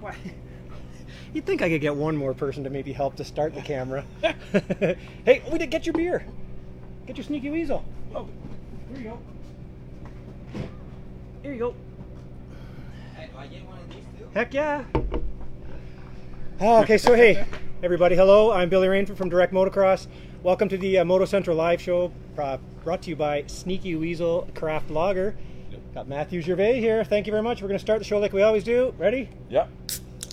Why? You'd think I could get one more person to maybe help to start the camera. hey, we did get your beer. Get your sneaky weasel. Oh, here you go. Here you go. Hey, do I get one of these too? Heck yeah. Oh, okay, so hey, everybody, hello. I'm Billy Rainford from Direct Motocross. Welcome to the uh, Moto Central Live Show, uh, brought to you by Sneaky Weasel Craft Lager. Got Matthew Gervais here. Thank you very much. We're going to start the show like we always do. Ready? Yep.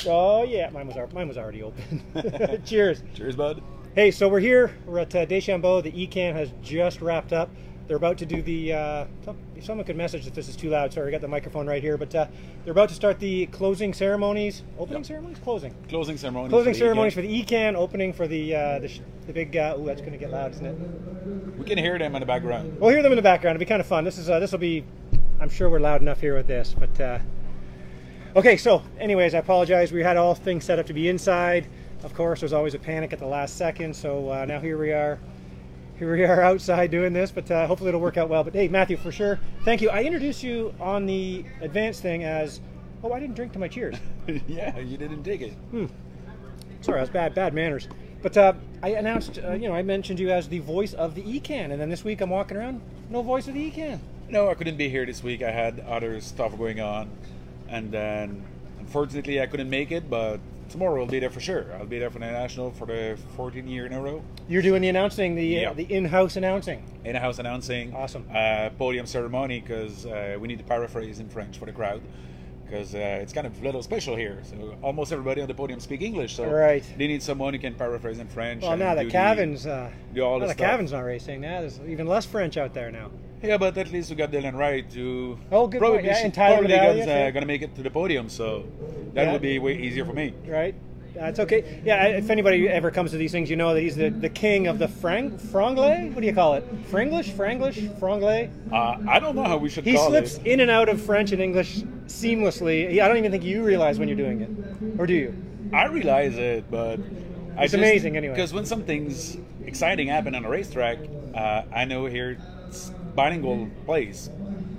Oh yeah, mine was al- mine was already open. Cheers. Cheers, bud. Hey, so we're here. We're at uh, Deschambault. The ECAN has just wrapped up. They're about to do the. Uh, some- if someone could message if this is too loud. Sorry, I got the microphone right here. But uh, they're about to start the closing ceremonies. Opening Yep. ceremonies? Closing. Closing ceremony. Closing ceremonies for the ECAN. Opening for the uh, the, sh- the big. Uh, oh, that's going to get loud, isn't it? We can hear them in the background. We'll hear them in the background. It'll be kind of fun. This is uh, this will be. I'm sure we're loud enough here with this, but uh, okay. So, anyways, I apologize. We had all things set up to be inside. Of course, there's always a panic at the last second. So uh, now here we are. Here we are outside doing this, but uh, hopefully it'll work out well. But hey, Matthew, for sure, thank you. I introduced you on the advanced thing as, oh, I didn't drink to my cheers. yeah, you didn't dig it. Sorry, I was bad, bad manners. But uh, I announced, uh, you know, I mentioned you as the voice of the ECAN, and then this week I'm walking around, no voice of the E ECAN. No, I couldn't be here this week. I had other stuff going on, and then unfortunately I couldn't make it. But tomorrow I'll be there for sure. I'll be there for the national for the 14th year in a row. You're doing the announcing, the Yeah. the in-house announcing. In house announcing. Awesome. Uh, podium ceremony because uh, we need to paraphrase in French for the crowd. Because uh, it's kind of a little special here, so almost everybody on the podium speak English. So Right. they need someone who can paraphrase in French. Well, and now do that the- Cavin's, uh, do all now the that stuff. Cavin's not racing, now there's even less French out there now. Yeah, but at least we got Dylan Wright to Oh, good probably point. Yeah, she- and Tyler probably Medallia, gonna, too. uh, gonna make it to the podium, so that Yeah. would be way easier for me. right? That's okay. Yeah, I- if anybody ever comes to these things, you know that he's the, the king of the Frank franglais. What do you call it? Franglish, Franglish, franglais. Uh, I don't know how we should He call slips it. in and out of French and English seamlessly. He- I don't even think you realize when you're doing it, or do you? I realize it, but I It's amazing anyway. Because when something's exciting happen on a racetrack, uh, I know here it's bilingual plays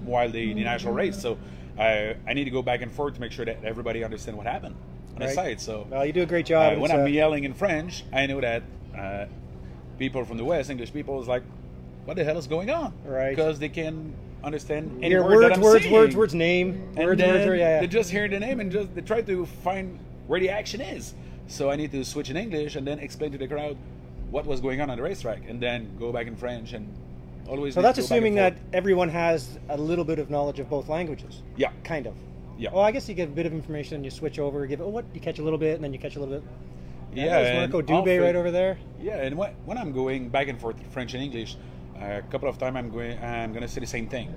while the, the national race, so I I need to go back and forth to make sure that everybody understand what happened on the Right. site. So Well, you do a great Uh, job. and when it's, I'm uh, yelling in French, I know that uh, people from the West, English people, is like, "What the hell is going on?" Right. Because they can understand any your word words, that I'm words, saying. words, words, name, And words, then words, words, yeah, yeah. they just hear the name and just they try to find where the action is. So I need to switch in English and then explain to the crowd what was going on on the racetrack, and then go back in French and always. So need to that's go back assuming that and forth. everyone has a little bit of knowledge of both languages. Yeah. Kind of. Yeah. Oh, I guess you get a bit of information, you switch over, give it, oh, what? You catch a little bit, and then you catch a little bit. Yeah, There's and Marco Dubé often- right over there. Yeah, and when, when I'm going back and forth French and English, uh, a couple of times I'm going, I'm gonna say the same thing.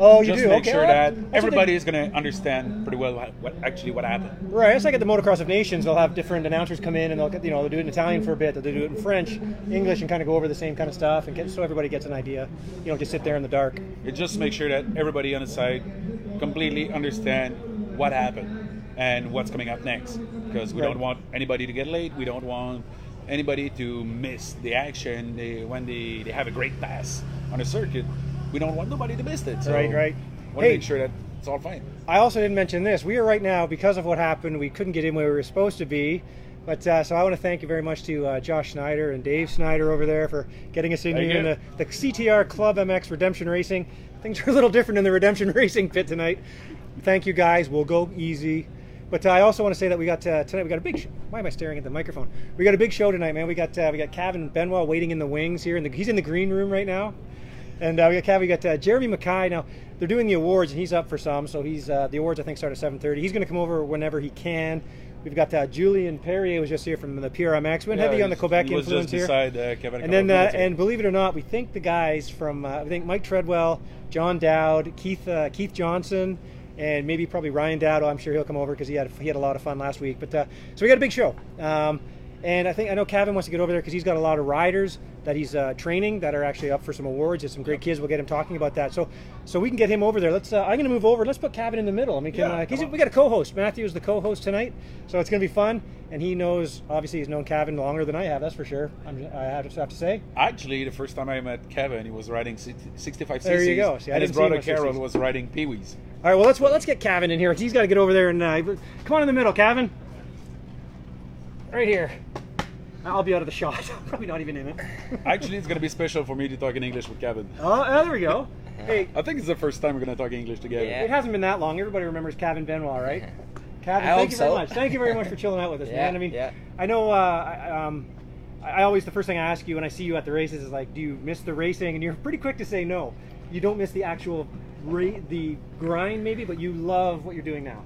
Oh, you Mm-hmm. just do? make okay. sure well, that that's what they- everybody is going to understand pretty well what, what actually what happened. Right, it's like at the Motocross of Nations, they'll have different announcers come in and they'll, you know, they'll do it in Italian for a bit, they'll do it in French, English, and kind of go over the same kind of stuff, and get, so everybody gets an idea. You don't just sit there in the dark. It just make sure that everybody on the side completely understand what happened and what's coming up next because we Right. don't want anybody to get late. We don't want anybody to miss the action they, when they, they have a great pass on a circuit. We don't want nobody to miss it. So Right, right. Want to Hey. make sure that it's all fine. I also didn't mention this. We are right now because of what happened. We couldn't get in where we were supposed to be, but uh, so I want to thank you very much to uh, Josh Snyder and Dave Snyder over there for getting us in Thank here uh, in you. the, the CTR Club MX Redemption Racing. Things are a little different in the Redemption Racing pit tonight. Thank you guys. We'll go easy. But uh, I also want to say that we got uh, tonight. We got a big. Sh- Why am I staring at the microphone? We got a big show tonight, man. We got uh, we got Kevin Benoit waiting in the wings here, and he's in the green room right now. And uh, we got Cav, we got uh, Jeremy Mackay. Now they're doing the awards, and he's up for some. So he's uh, the awards I think start at seven thirty. He's going to come over whenever he can. We've got uh, Julian Perrier was just here from the PRMX. We went Yeah, heavy on the he Quebec was influence just here. beside, uh, Kevin a and couple then uh, of minutes ago. and believe it or not, we think the guys from uh, I think Mike Treadwell, John Dowd, Keith uh, Keith Johnson. And maybe probably Ryan Dowd. Oh, I'm sure he'll come over because he had he had a lot of fun last week. But uh, so we got a big show, um, and I think I know Kevin wants to get over there because he's got a lot of riders that he's uh, training that are actually up for some awards. There's some great kids. We'll get him talking about that. So so we can get him over there. Let's. Uh, I'm going to move over. Let's put Kevin in the middle. I mean, can, Yeah, uh, he's, come on. we got a co-host. Matthew is the co-host tonight, so it's going to be fun. And he knows. Obviously, he's known Kevin longer than I have. That's for sure. I'm, I have to have to say. Actually, the first time I met Kevin, he was riding 65 There you cc's, go. See, I and his didn't see him brother on 60s. Carol was riding Pee Wees. All right, well let's well, let's get Cavan in here. He's got to get over there and uh, come on in the middle, Cavan. Right here. I'll be out of the shot. Probably not even in it. Actually, it's gonna be special for me to talk in English with Kevin. Oh, uh, there we go. Hey, I think it's the first time we're gonna talk English together. it hasn't been that long. Everybody remembers Cavan Benoit, right? Cavan, I thank hope you very so. much. Thank you very much for chilling out with us, Yeah, man. I mean, yeah. I know. Uh, I, um, I I always the first thing I ask you when I see you at the races is like, do you miss the racing? And you're pretty quick to say no. You don't miss the actual ra- the grind, maybe, but you love what you're doing now.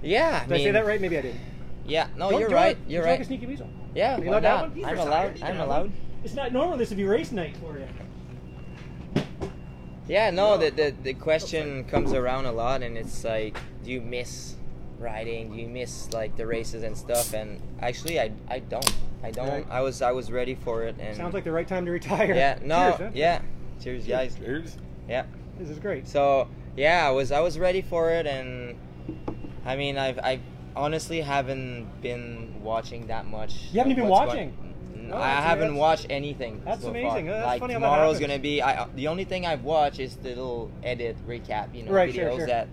Yeah. Did I, say mean, that right? Maybe I did. Yeah. No, Don't Oh, you're do it. right. You're It's Like a right. sneaky weasel. Yeah, You why like that not? one? These I'm are allowed- soccer. I'm Yeah. allowed. It's not normal. This would be race night for you. Yeah. No, the the, the question comes around a lot, and it's like, do you miss riding? Do you miss like the races and stuff? And actually, I I don't. I don't. Right. I was I was ready for it. And Sounds like the right time to retire. Yeah. No. Cheers, huh? yeah. Cheers, guys. Cheers. Yeah. This is great. So yeah, I was I was ready for it, and I mean I've I honestly haven't been watching that much. You haven't of even what's watching? going- Oh, I that's- haven't that's- watched anything. that's so far. amazing. That's like funny how that tomorrow's happens. gonna be. I the only thing I've watched is the little edit recap, you know, Right, videos sure, sure. that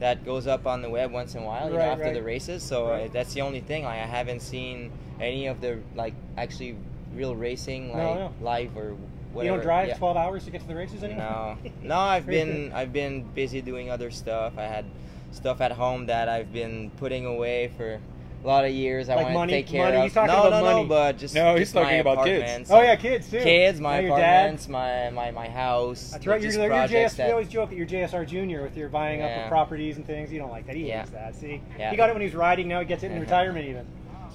that goes up on the web once in a while you know, Right, after right. the races. So Right. uh, that's the only thing. Like, I haven't seen any of the like actually real racing No, like no. live or whatever. You don't drive Yeah. 12 hours to get to the races anymore? No, no. I've Very been good. I've been busy doing other stuff. I had stuff at home that I've been putting away for a lot of years. I Like want money- to take care money? of. He's talking no, about no, money. no. But just No, he's just my talking about kids. apartments. Oh, yeah, kids, too. Kids, my Now your dad. apartments, my my my house. That's right. You're, just you're projects JS, that- we always joke that you're JSR Junior with your buying up of Yeah. properties and things. You don't like that. He Yeah. hates that. See, Yeah. he got it when he was riding. Now he gets it in retirement even.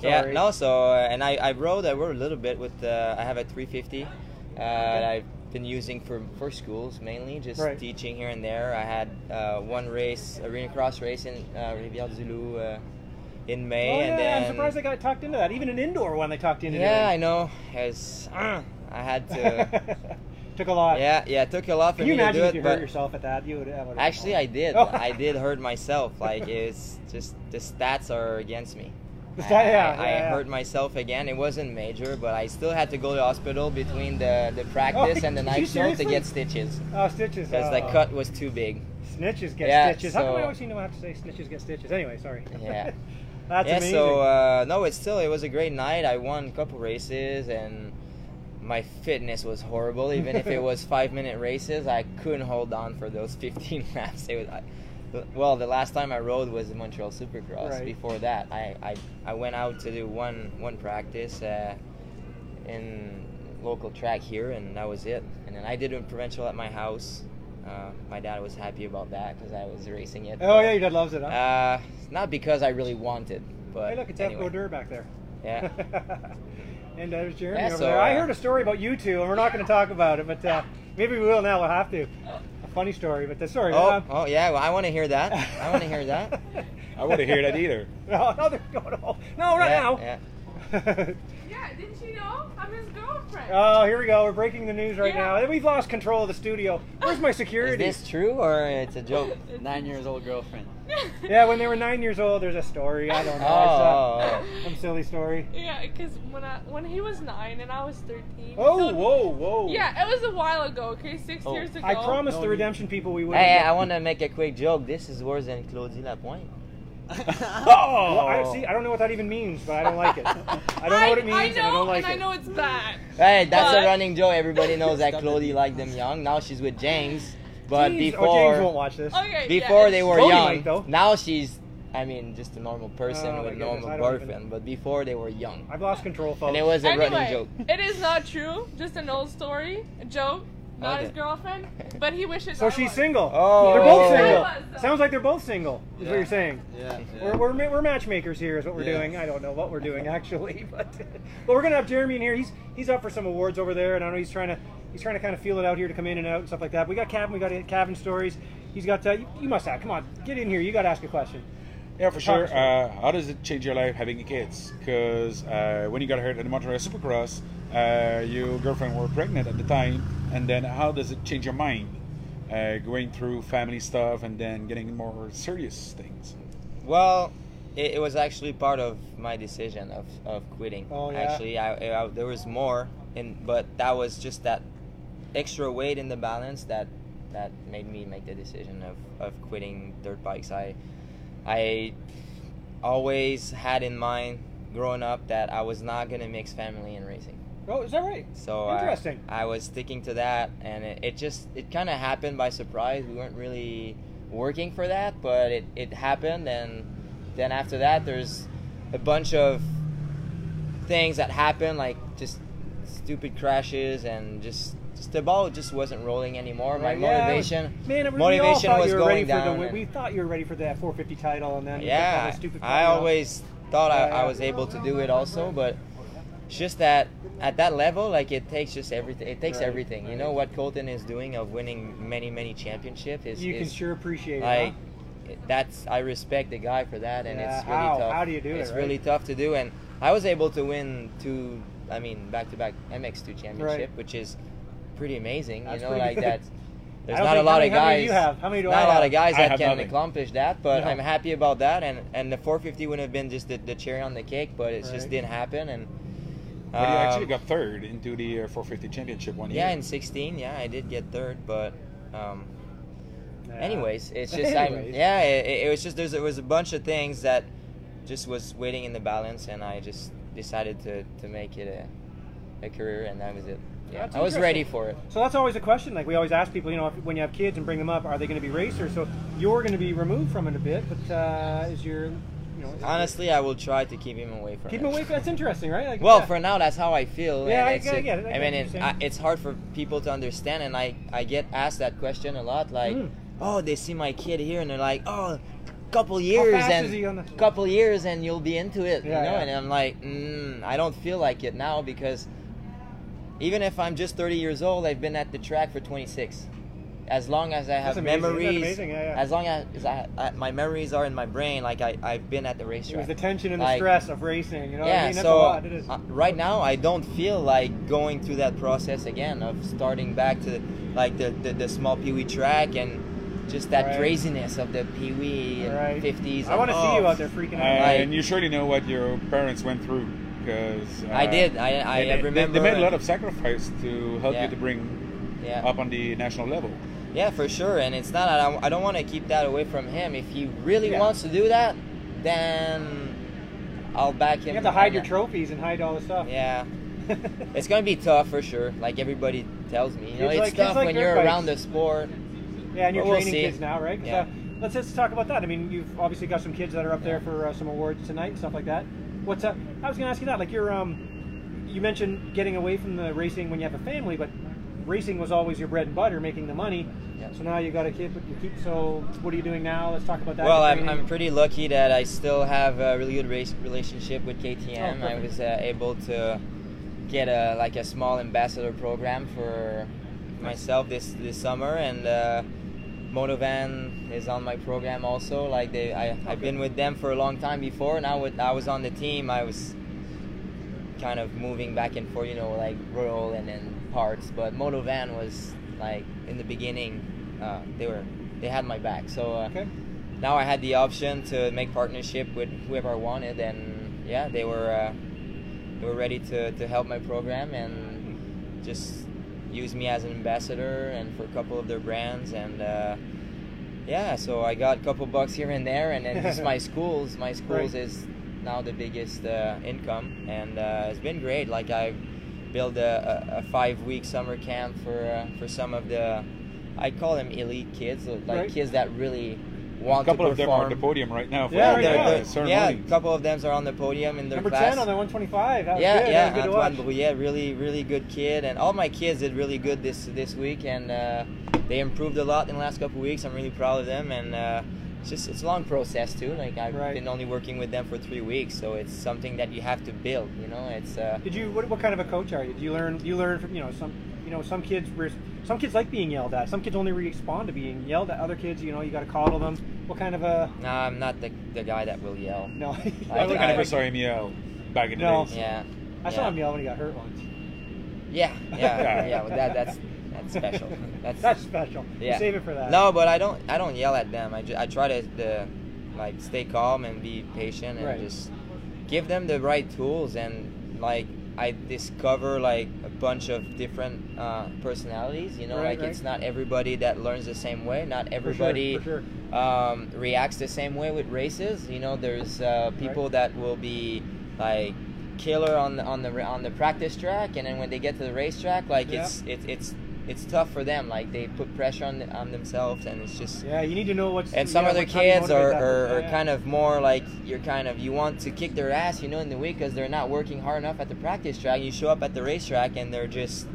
Yeah, Sorry. no, so, uh, and I, I rode, I rode a little bit with, uh, I have a 350 uh, that I've been using for, for schools mainly, just Right. teaching here and there. I had uh, one race, arena cross race in uh, Rivière du Loup uh, in Oh, May. yeah, and then, I'm surprised they got talked into that. Even an indoor one they talked into. Yeah, I doing. know. As, I had to. Took a lot. yeah, yeah, it took a lot for Can you me to imagine do if it. you but hurt yourself at that? You would. that would've- Actually, I did. Oh. I did hurt myself. Like it's just the stats are against me. The I- sta- yeah, I, I, yeah, yeah. hurt myself again. It wasn't major, but I still had to go to hospital between the, the practice and the Oh, you night show to seriously? get stitches Oh, stitches. because oh. the cut was too big. Snitches get Yeah, stitches. How come I so- always seem to have to say snitches get stitches? Anyway, sorry. Yeah. That's yeah. amazing. So uh, no, it's still it was a great night. I won a couple races and my fitness was horrible. Even if it was five minute races, I couldn't hold on for those 15 laps. It was. I, well, the last time I rode was the Montreal Supercross. Right. Before that, I, I, I went out to do one one practice uh, in local track here, and that was it. And then I did a provincial at my house. Uh, my dad was happy about that because I was racing it. oh but- yeah, your dad loves it. Huh? uh, not because I really wanted, but hey, look, it's anyway. anyway. Dur back there. Yeah. Oh, and there's Jeremy Yeah, over so, there. I uh, heard a story about you two, and we're not going to talk about it, but uh, maybe we will now. We'll have to. A funny story, but the sorry. Oh, uh, oh yeah. Well, I want to hear that. I want to hear that. I want to hear that either. no, no, there- no, no, no, yeah, not Yeah. now. Yeah, didn't you know? I'm his girlfriend. oh, here we go. We're breaking the news right Yeah. now. We've lost control of the studio. Where's my Is security? this true or it's a joke? Nine years old girlfriend. Yeah, when they were nine years old, there's a story. I don't know. Oh, It's a, some silly story. Yeah, because when I when he was nine and I was thirteen. Oh, so- whoa, whoa. Yeah, it was a while ago. Okay, six Oh. years ago. I promised No, the you- redemption people we would. Hey, I want to make a quick joke. This is worse than Claudie Lapointe. Oh. Well, I don't see. I don't know what that even means, but I don't like it. I don't know what it means, I and I know, don't like and I it. know it's bad. Hey, that's What? a running joke. Everybody knows that Claudie liked them young. Now she's with James, but James- oh, before James won't watch this. Okay. before yeah, they it's- were Claudie young. might, though. now she's, I mean, just a normal person Oh, my with a goodness, I normal don't even- boyfriend. But before they were young, I've lost control, folks. and it was a running Anyway, joke. it is not true. Just an old story, a joke. Not his Okay. girlfriend, but he wishes. so I she's was. single. Oh. they're both Yeah, I single. was, though. Sounds like they're both single. Is what you're saying. Yeah. yeah. We're, we're, ma- we're matchmakers here, is what we're Yeah. doing. I don't know what we're doing actually, but but we're gonna have Jeremy in here. He's he's up for some awards over there, and I know he's trying to he's trying to kind of feel it out here to come in and out and stuff like that. We got Kevin. We got Kevin stories. He's got. Uh, you, you must have. Come on, get in here. You got to ask a question. Yeah, for sure. Congressman. Uh, how does it change your life having kids? Because uh, when you got hurt in the Montreal Supercross, uh, your girlfriend were pregnant at the time, and then how does it change your mind uh, going through family stuff and then getting more serious things? Well, it, it was actually part of my decision of, of quitting. Oh, yeah. Actually, I, I, there was more, and but that was just that extra weight in the balance that that made me make the decision of, of quitting dirt bikes. I I always had in mind growing up that I was not gonna mix family and racing. Oh, is that right? So I- Interesting. I, was sticking to that, and it, it just it kind of happened by surprise. We weren't really working for that, but it it happened, and then after that, there's a bunch of things that happened, like just stupid crashes and just. Just the ball just wasn't rolling anymore. My Right, yeah, I was- motivation, man, it- we all motivation thought was you were ready going for the- down. we- and- we thought you were ready for that 450 title, and then you took all yeah, those stupid I photos. always thought I, Yeah, yeah. I was able to do it also, but it's just that at that level, like it takes just everything. It takes Right, everything. You know what Colton is doing of winning many, many championships is, you can is sure appreciate it. like huh? it- that's I respect the guy for that, and Yeah, it's really how- tough. how do you do it, It's right? really tough to do, and I was able to win two. I mean, back to back MX2 championship, Right. which is pretty amazing. That's you know, pretty like good. that. There's don't not a think- lot how of many- how many guys. do you have? How many do not I a lot have? of guys I that have can nothing. accomplish that, but No. I'm happy about that, and and the 450 would have been just the, the cherry on the cake, but it Right. just didn't happen, and. But you actually um, got third into the uh, 450 championship one yeah, year. in 16, yeah, I did get third, but um, Yeah. anyways it's just Anyways. I'm, yeah it, it was just there's there was a bunch of things that just was waiting in the balance and i just decided to to make it a, a career and that was it yeah That's i was interesting. ready for it So that's always a question. Like we always ask people, you know, if, when you have kids and bring them up, are they going to be racers? So you're going to be removed from it a bit, but uh, is your, you know, honestly i will try to keep him away from keep it. them away. That's interesting, right? Like, well yeah. for now that's how i feel Yeah, and I- it's, I get it, I get mean what it, you're I, saying. it's hard for people to understand and i i get asked that question a lot like Mm. oh they see my kid here and they're like oh couple years fast and is he on the- couple years and you'll be into it Yeah, you know yeah. and i'm like mm, i don't feel like it now because even if i'm just 30 years old i've been at the track for 26 as long as i have That's amazing. Isn't that memories amazing? Yeah, yeah. as long as I, I, my memories are in my brain like I, i've been at the it was racetrack the tension and the Like- stress of racing. You know, what I yeah, mean, that's so a lot. It is. uh, right now I don't feel like going through that process again of starting back to like the, the, the small peewee track and just that Right. craziness of the peewee and Right. 50s. I want to and- see you oh, out there freaking out. Like- Uh, and you surely know what your parents went through because I did. I, I remember. They, made a lot and- of sacrifice to help Yeah. you to bring yeah. up on the national level. Yeah, for sure. And it's not. I don't, I don't want to keep that away from him. If he really Yeah. wants to do that, then I'll back him. you have to hide on your that. trophies and hide all the stuff. Yeah. Yeah. It's gonna be tough for sure. Like everybody tells me, you know, Kids it's like- kids tough like when dirt you're bikes. around the sport. Yeah, and you're But we'll training see. kids now, right? 'Cause, Yeah. uh, let's just talk about that. I mean, you've obviously got some kids that are up there for uh, some awards tonight and stuff like that. What's up? I was going to ask you that. Like, you're um, you mentioned getting away from the racing when you have a family, but racing was always your bread and butter, making the money. Yeah. So now you got a kid, but you keep. So what are you doing now? Let's talk about that. Well, Your I'm, training. I'm pretty lucky that I still have a really good race relationship with Oh, KTM. I perfect. was uh, able to get a like a small ambassador program for myself this this summer, and uh, Motovan is on my program also. Like they, I, I've been with them for a long time before. Now with I was on the team, I was kind of moving back and forth, you know, like rural and then parts. But Motovan was like in the beginning, uh, they were they had my back. So. Uh, Okay. now I had the option to make partnership with whoever I wanted, and yeah, they were uh, they were ready to, to help my program and just use me as an ambassador and for a couple of their brands and uh, yeah, so I got a couple bucks here and there, and then just my schools, my schools is now the biggest uh, income, and uh, it's been great. Like I built a, a, a five week summer camp for uh, for some of the I call them elite kids, uh, like Right. kids that really want a couple to of them are on perform. the podium right now. For Yeah, the, right now. uh, yeah, ceremony. a couple of them are on the podium in their number class. ten on the 125. That was yeah, good. yeah, that was good to Antoine watch. Brouillet, really, really good kid, and all my kids did really good this this week, and uh, they improved a lot in the last couple of weeks. I'm really proud of them, and uh, it's just it's a long process too. Like I've Right. been only working with them for three weeks, so it's something that you have to build. You know, it's uh, Did you? What, what kind of a coach are you? Do you learn? Do you learn from you know some? You know some kids were some kids like being yelled at. Some kids only respond to being yelled at. Other kids, you know, you got to coddle them. What kind of a? no, I'm not the, the guy that will yell. No, I, I- think I, I- never saw him yell back in the No. days. Yeah, I saw yeah. him yell when he got hurt once. Yeah, yeah, Yeah. yeah. well, that, that's that's special. That's That's special. Yeah. Save it for that. No, but I don't. I don't yell at them. I, ju- I try to, to like stay calm and be patient and Right. just give them the right tools and like I discover like a bunch of different uh, personalities. You know, Right, like right. it's not everybody that learns the same way. Not For sure, everybody for sure. um, reacts the same way with races. You know, there's uh, people that will be like killer on the on the on the practice track, and then when they get to the racetrack, like Yeah. it's it's it's it's tough for them. Like they put pressure on on themselves, and it's just Yeah, you need to know what's. and some yeah, other what- how do you kids motivate are, that are, person. are Yeah, kind of more like you're kind of you want to kick their ass you know in the week because they're not working hard enough at the practice track you show up at the racetrack and they're just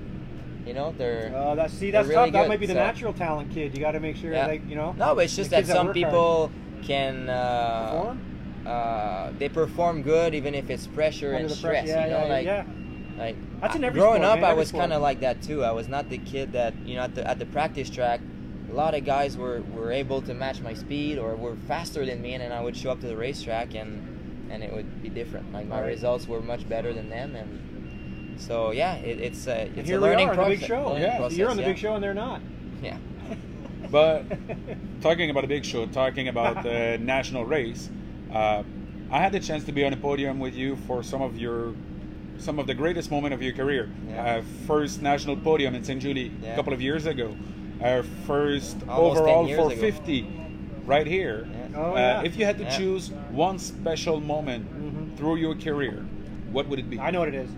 you know they're yeah. Oh, that's see, they're that's really tough. That good, might be the so- natural talent kid. You got to make sure, Yeah. like you know. no but it's just the that kids that some work people can uh, Perform? uh, they perform good even if it's pressure Under and the stress pressure. Yeah, you know yeah, like yeah. Like That's in I- every growing sport, up, man, I every was sport. kind of like that too. I was not the kid that you know at the at the practice track. A lot of guys were, were able to match my speed or were faster than me, and then I would show up to the racetrack and and it would be different. Like my Right. results were much better than them, and so yeah, it, it's a it's And a here we learning are on the process. big show. learning Yeah. So process, You're on the yeah. big show, and they're not. Yeah, But talking about a big show, talking about the national race, uh, I had the chance to be on a podium with you for some of your, some of the greatest moment of your career. Yeah. Uh, first national podium in St. Julie Yeah. a couple of years ago. Our first Almost 10 overall years ago. 450 right here. Yeah. Oh, uh, yeah. If you had to Yeah. Mm-hmm. choose one special moment Mhm. through your career, what would it be? I know what it is.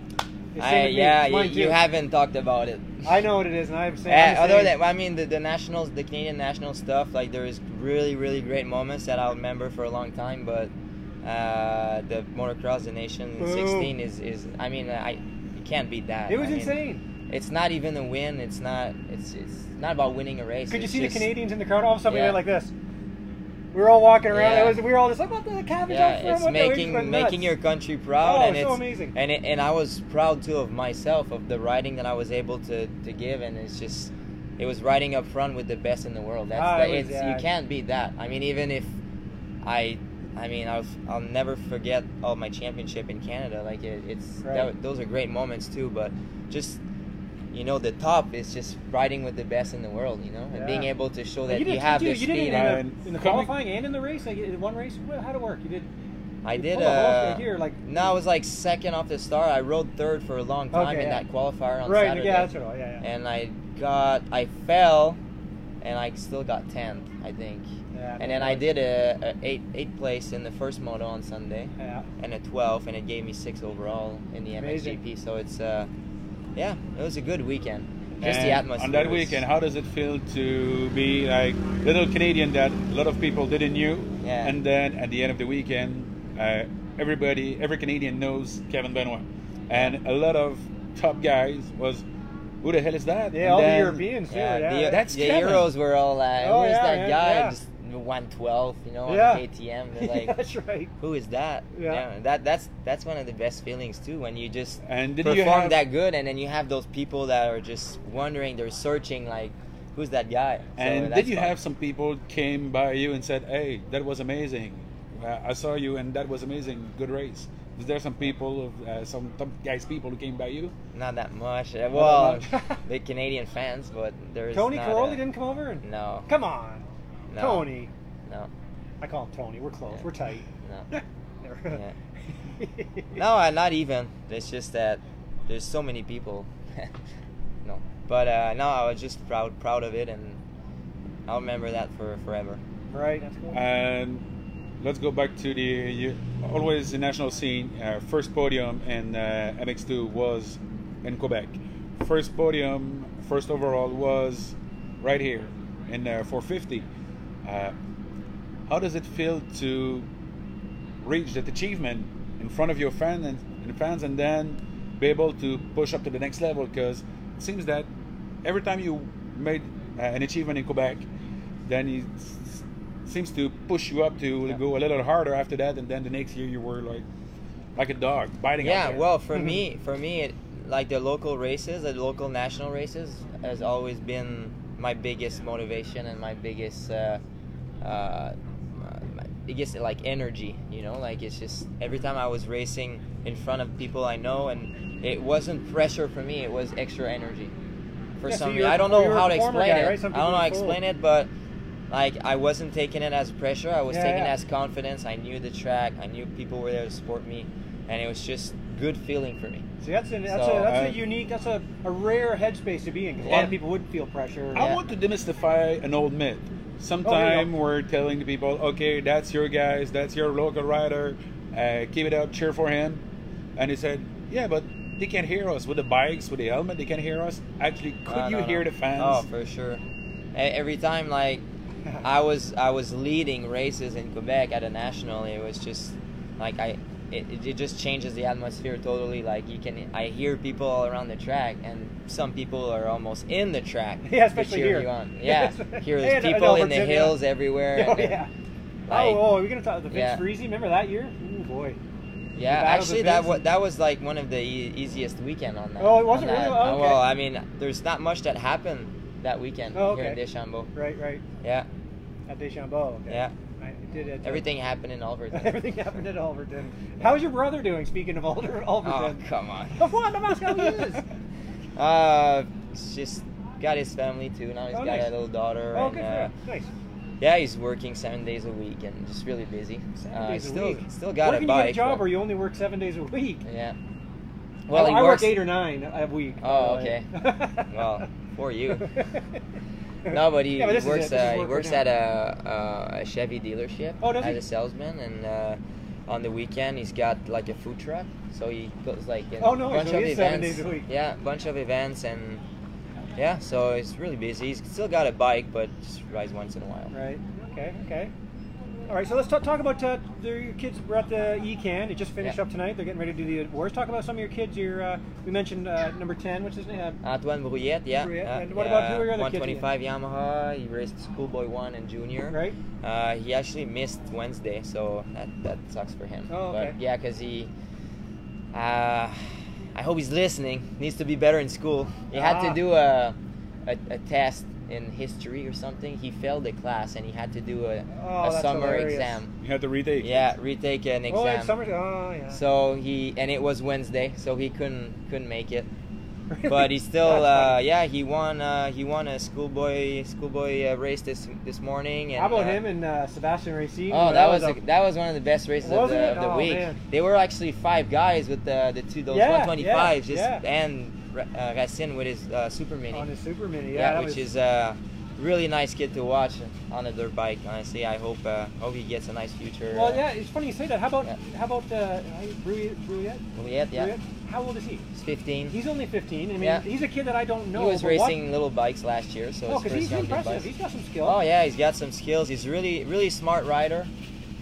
It's same I, with me. yeah, It's you, mine you Uh, too. haven't talked about it. I know what it is, and I'm saying. Yeah, I'm other saying- than I mean the, the nationals, the Canadian national stuff, like there is really really great moments that I'll remember for a long time. But uh, the motocross, the nation in Boo. 16 is is I mean I you can't beat that. it was I mean, insane. It's not even a win. It's not. It's it's not about winning a race. Could you it's see just- the Canadians in the crowd? All of a sudden, Yeah. we went like this. We were all walking around. Yeah. It was, we were all just like, "What the cabbage?" Yeah, out front? it's What the-" we just went making nuts. making your country proud, Oh, and so it's amazing. And it, and I was proud too of myself of the riding that I was able to to give, and it's just it was riding up front with the best in the world. That's Ah, the- it was- it's, yeah. you can't beat that. I mean, even if I. I mean, I'll, I'll never forget all my championship in Canada. Like it, it's Right. that, those are great moments too. But just you know, the top is just riding with the best in the world. You know, and being Yeah. able to show But that you you, did, have you, the you speed. did it in, I- the, and in the coming- qualifying and in the race. Like in one race, Well, how'd it work? You did. I you did. pulled a Hulk Uh, right here, like- no, I was like second off the start. I rode third for a long time Okay, in yeah. that qualifier on right. Saturday. Yeah, that's right. Yeah, yeah. And I got, I fell, and I still got tenth, I think. Yeah, and then I did a, a eight eight place in the first moto on Sunday, yeah. and a twelfth, and it gave me six overall in the Amazing. MXGP. So it's, uh, yeah, it was a good weekend. Just And the atmosphere. On that was- weekend, how does it feel to be like little Canadian that a lot of people didn't knew, Yeah. and then at the end of the weekend, uh, everybody, every Canadian knows Kevin Benoit, and a lot of top guys was, who the hell is that? Yeah, And all the then- Europeans too. Yeah, Yeah, the, That's the Kevin. Euros were all like, Oh, who is yeah, that yeah, guy? yeah. Just 112, you know, Yeah. on the ATM. They're like, that's right. who is that? Yeah. that that's that's one of the best feelings too when you just And did perform you have that good, and then you have those people that are just wondering, they're searching like, who's that guy? So And did that's you fun. have some people came by you and said, "Hey, that was amazing. Uh, I saw you, and that was amazing. Good race." Was there some people, uh, some top guys, people who came by you? Not that much. Uh, Well, much. the Canadian fans, but there's Tony not Caroli a- didn't come over. And, No, Come on, no, Tony. No, I call him Tony. We're close. Yeah. We're tight. no, yeah. no. no, uh, not even. It's just that there's so many people. no, but uh, no, I was just proud proud of it, and I'll remember that for forever. Right. That's cool. And let's go back to the you, always the national scene. Uh, first podium in uh, MX2 was in Quebec. First podium, first overall was right here in uh, 450. Uh, how does it feel to reach that achievement in front of your fan and, and fans, and then be able to push up to the next level? Because it seems that every time you made uh, an achievement in Quebec, then it s- seems to push you up to go a little harder after that, and then the next year you were like like a dog biting. out Yeah, there. well, for me, for me, it, like the local races, the local national races, has always been my biggest motivation and my biggest, uh, uh, my biggest like energy. You know, like it's just every time I was racing in front of people I know, and it wasn't pressure for me; it was extra energy. For Yeah, so some, you're- I don't well, know you're a how to performer explain guy, it. right? Some I don't know how to people explain it, but like I wasn't taking it as pressure. I was Yeah, taking yeah. it as confidence. I knew the track. I knew people were there to support me, and it was just good feeling for me. See, that's, an, that's, So, um, a, that's uh, a unique, that's a, a rare headspace to be in 'cause a lot of Yeah. people would feel pressure. Oh, I Yeah. Oh, want to demystify an old myth. Sometime we're telling the people, okay, that's your guys, that's your local rider, uh, keep it up, cheer for him. And he said, yeah, but they can't hear us with the bikes, with the helmet, they can't hear us. Actually, could No, you no, no. hear the fans? Oh, for sure. E- Every time, like, I was I was leading races in Quebec at a national. It was just like I it, it- it just changes the atmosphere totally. Like you can I hear people all around the track, and some people are almost in the track. Yeah, to especially cheer here. you on. Yeah, here there's And- and people in the Albertson, yeah. hills everywhere. Oh, and they're- yeah. like- oh, oh, are we going to talk about the Vince Yeah. Freezy? Remember that year? Oh, boy. The Yeah, battles actually, of that Vince. wa- that was like one of the e- easiest weekend on that. Oh, it wasn't on really? that. Oh, okay. Well, I mean, there's not much that happened that weekend Oh, here in okay. Deschambault. Right, right. Yeah, At Deschambault. Okay. yeah. I it did it. Everything happened in Alberton. Everything happened at Alberton. How's your brother doing? Speaking of Alder, Oh, Alberton. come on. Of what? I'm asking how he is. Uh, he's just got his family too. Now he's Oh, got nice. a little daughter. Oh, and, good for uh, him. Nice. yeah, he's working seven days a week and just really busy. Seven uh, days a still, week. still got what a if you bike. get a job but- where you only work seven days a week? Yeah. Well, he I works- work eight or nine a week. by Oh, the way. Well, for you. No, but he Yeah, this is it. works. This is Uh, he work works right at now. a, a Chevy dealership Oh, does as he? a salesman, and uh, on the weekend he's got like a food truck. So he goes like a Oh, no, bunch so of he is events. seven days a week. Yeah, bunch of events and yeah. So he's really busy. He's still got a bike, but just rides once in a while. Right. Okay. Okay. All right. So let's talk, talk about uh, the, your kids. We're at the ECAN. They just finished Yeah. up tonight. They're getting ready to do the awards. Talk about some of your kids. Your uh, we mentioned uh, number ten. What's his name? Uh, Antoine Brouillette, yeah. Brouillette. yeah, And what about yeah, who are your other kids 125 Yamaha. He raced Schoolboy One and Junior. right. Uh, he actually missed Wednesday, so that, that sucks for him. Oh, okay. But yeah, because he. Uh, I hope he's listening. Needs to be better in school. He had Ah. to do a, a, a test in history or something. He failed the class and he had to do a, Oh, a that's summer hilarious. exam. You had to retake. Yeah, retake an exam. Oh, it's summer. Oh, yeah. So he and it was Wednesday, so he couldn't couldn't make it. Really? But he still, That's uh, funny. yeah, he won. Uh, he won a schoolboy schoolboy uh, race this this morning. And, How about uh, him and uh, Sebastian Racine? Oh, that was a- a, that was one of the best races of Wasn't the, it? of the Oh, week. man. They were actually five guys with the the two those Yeah, 125s, yeah, just and Ra- uh, Racine with his uh, super mini. on his super mini. Yeah, yeah, that which was, is a really nice kid to watch on a dirt bike. Honestly, I hope uh, hope he gets a nice future. Well, uh, yeah, it's funny you say that. How about Yeah. how about uh, Brouillet? Brouillet? Juliette, yeah, Brouillet? How old is he? he's 15. He's only 15. I mean, Yeah. he's a kid that I don't know. he was but what- racing little bikes last year, so No, his because first he's time big impressive. bikes. He's got some skill. Oh yeah, he's got some skills. He's really really smart rider.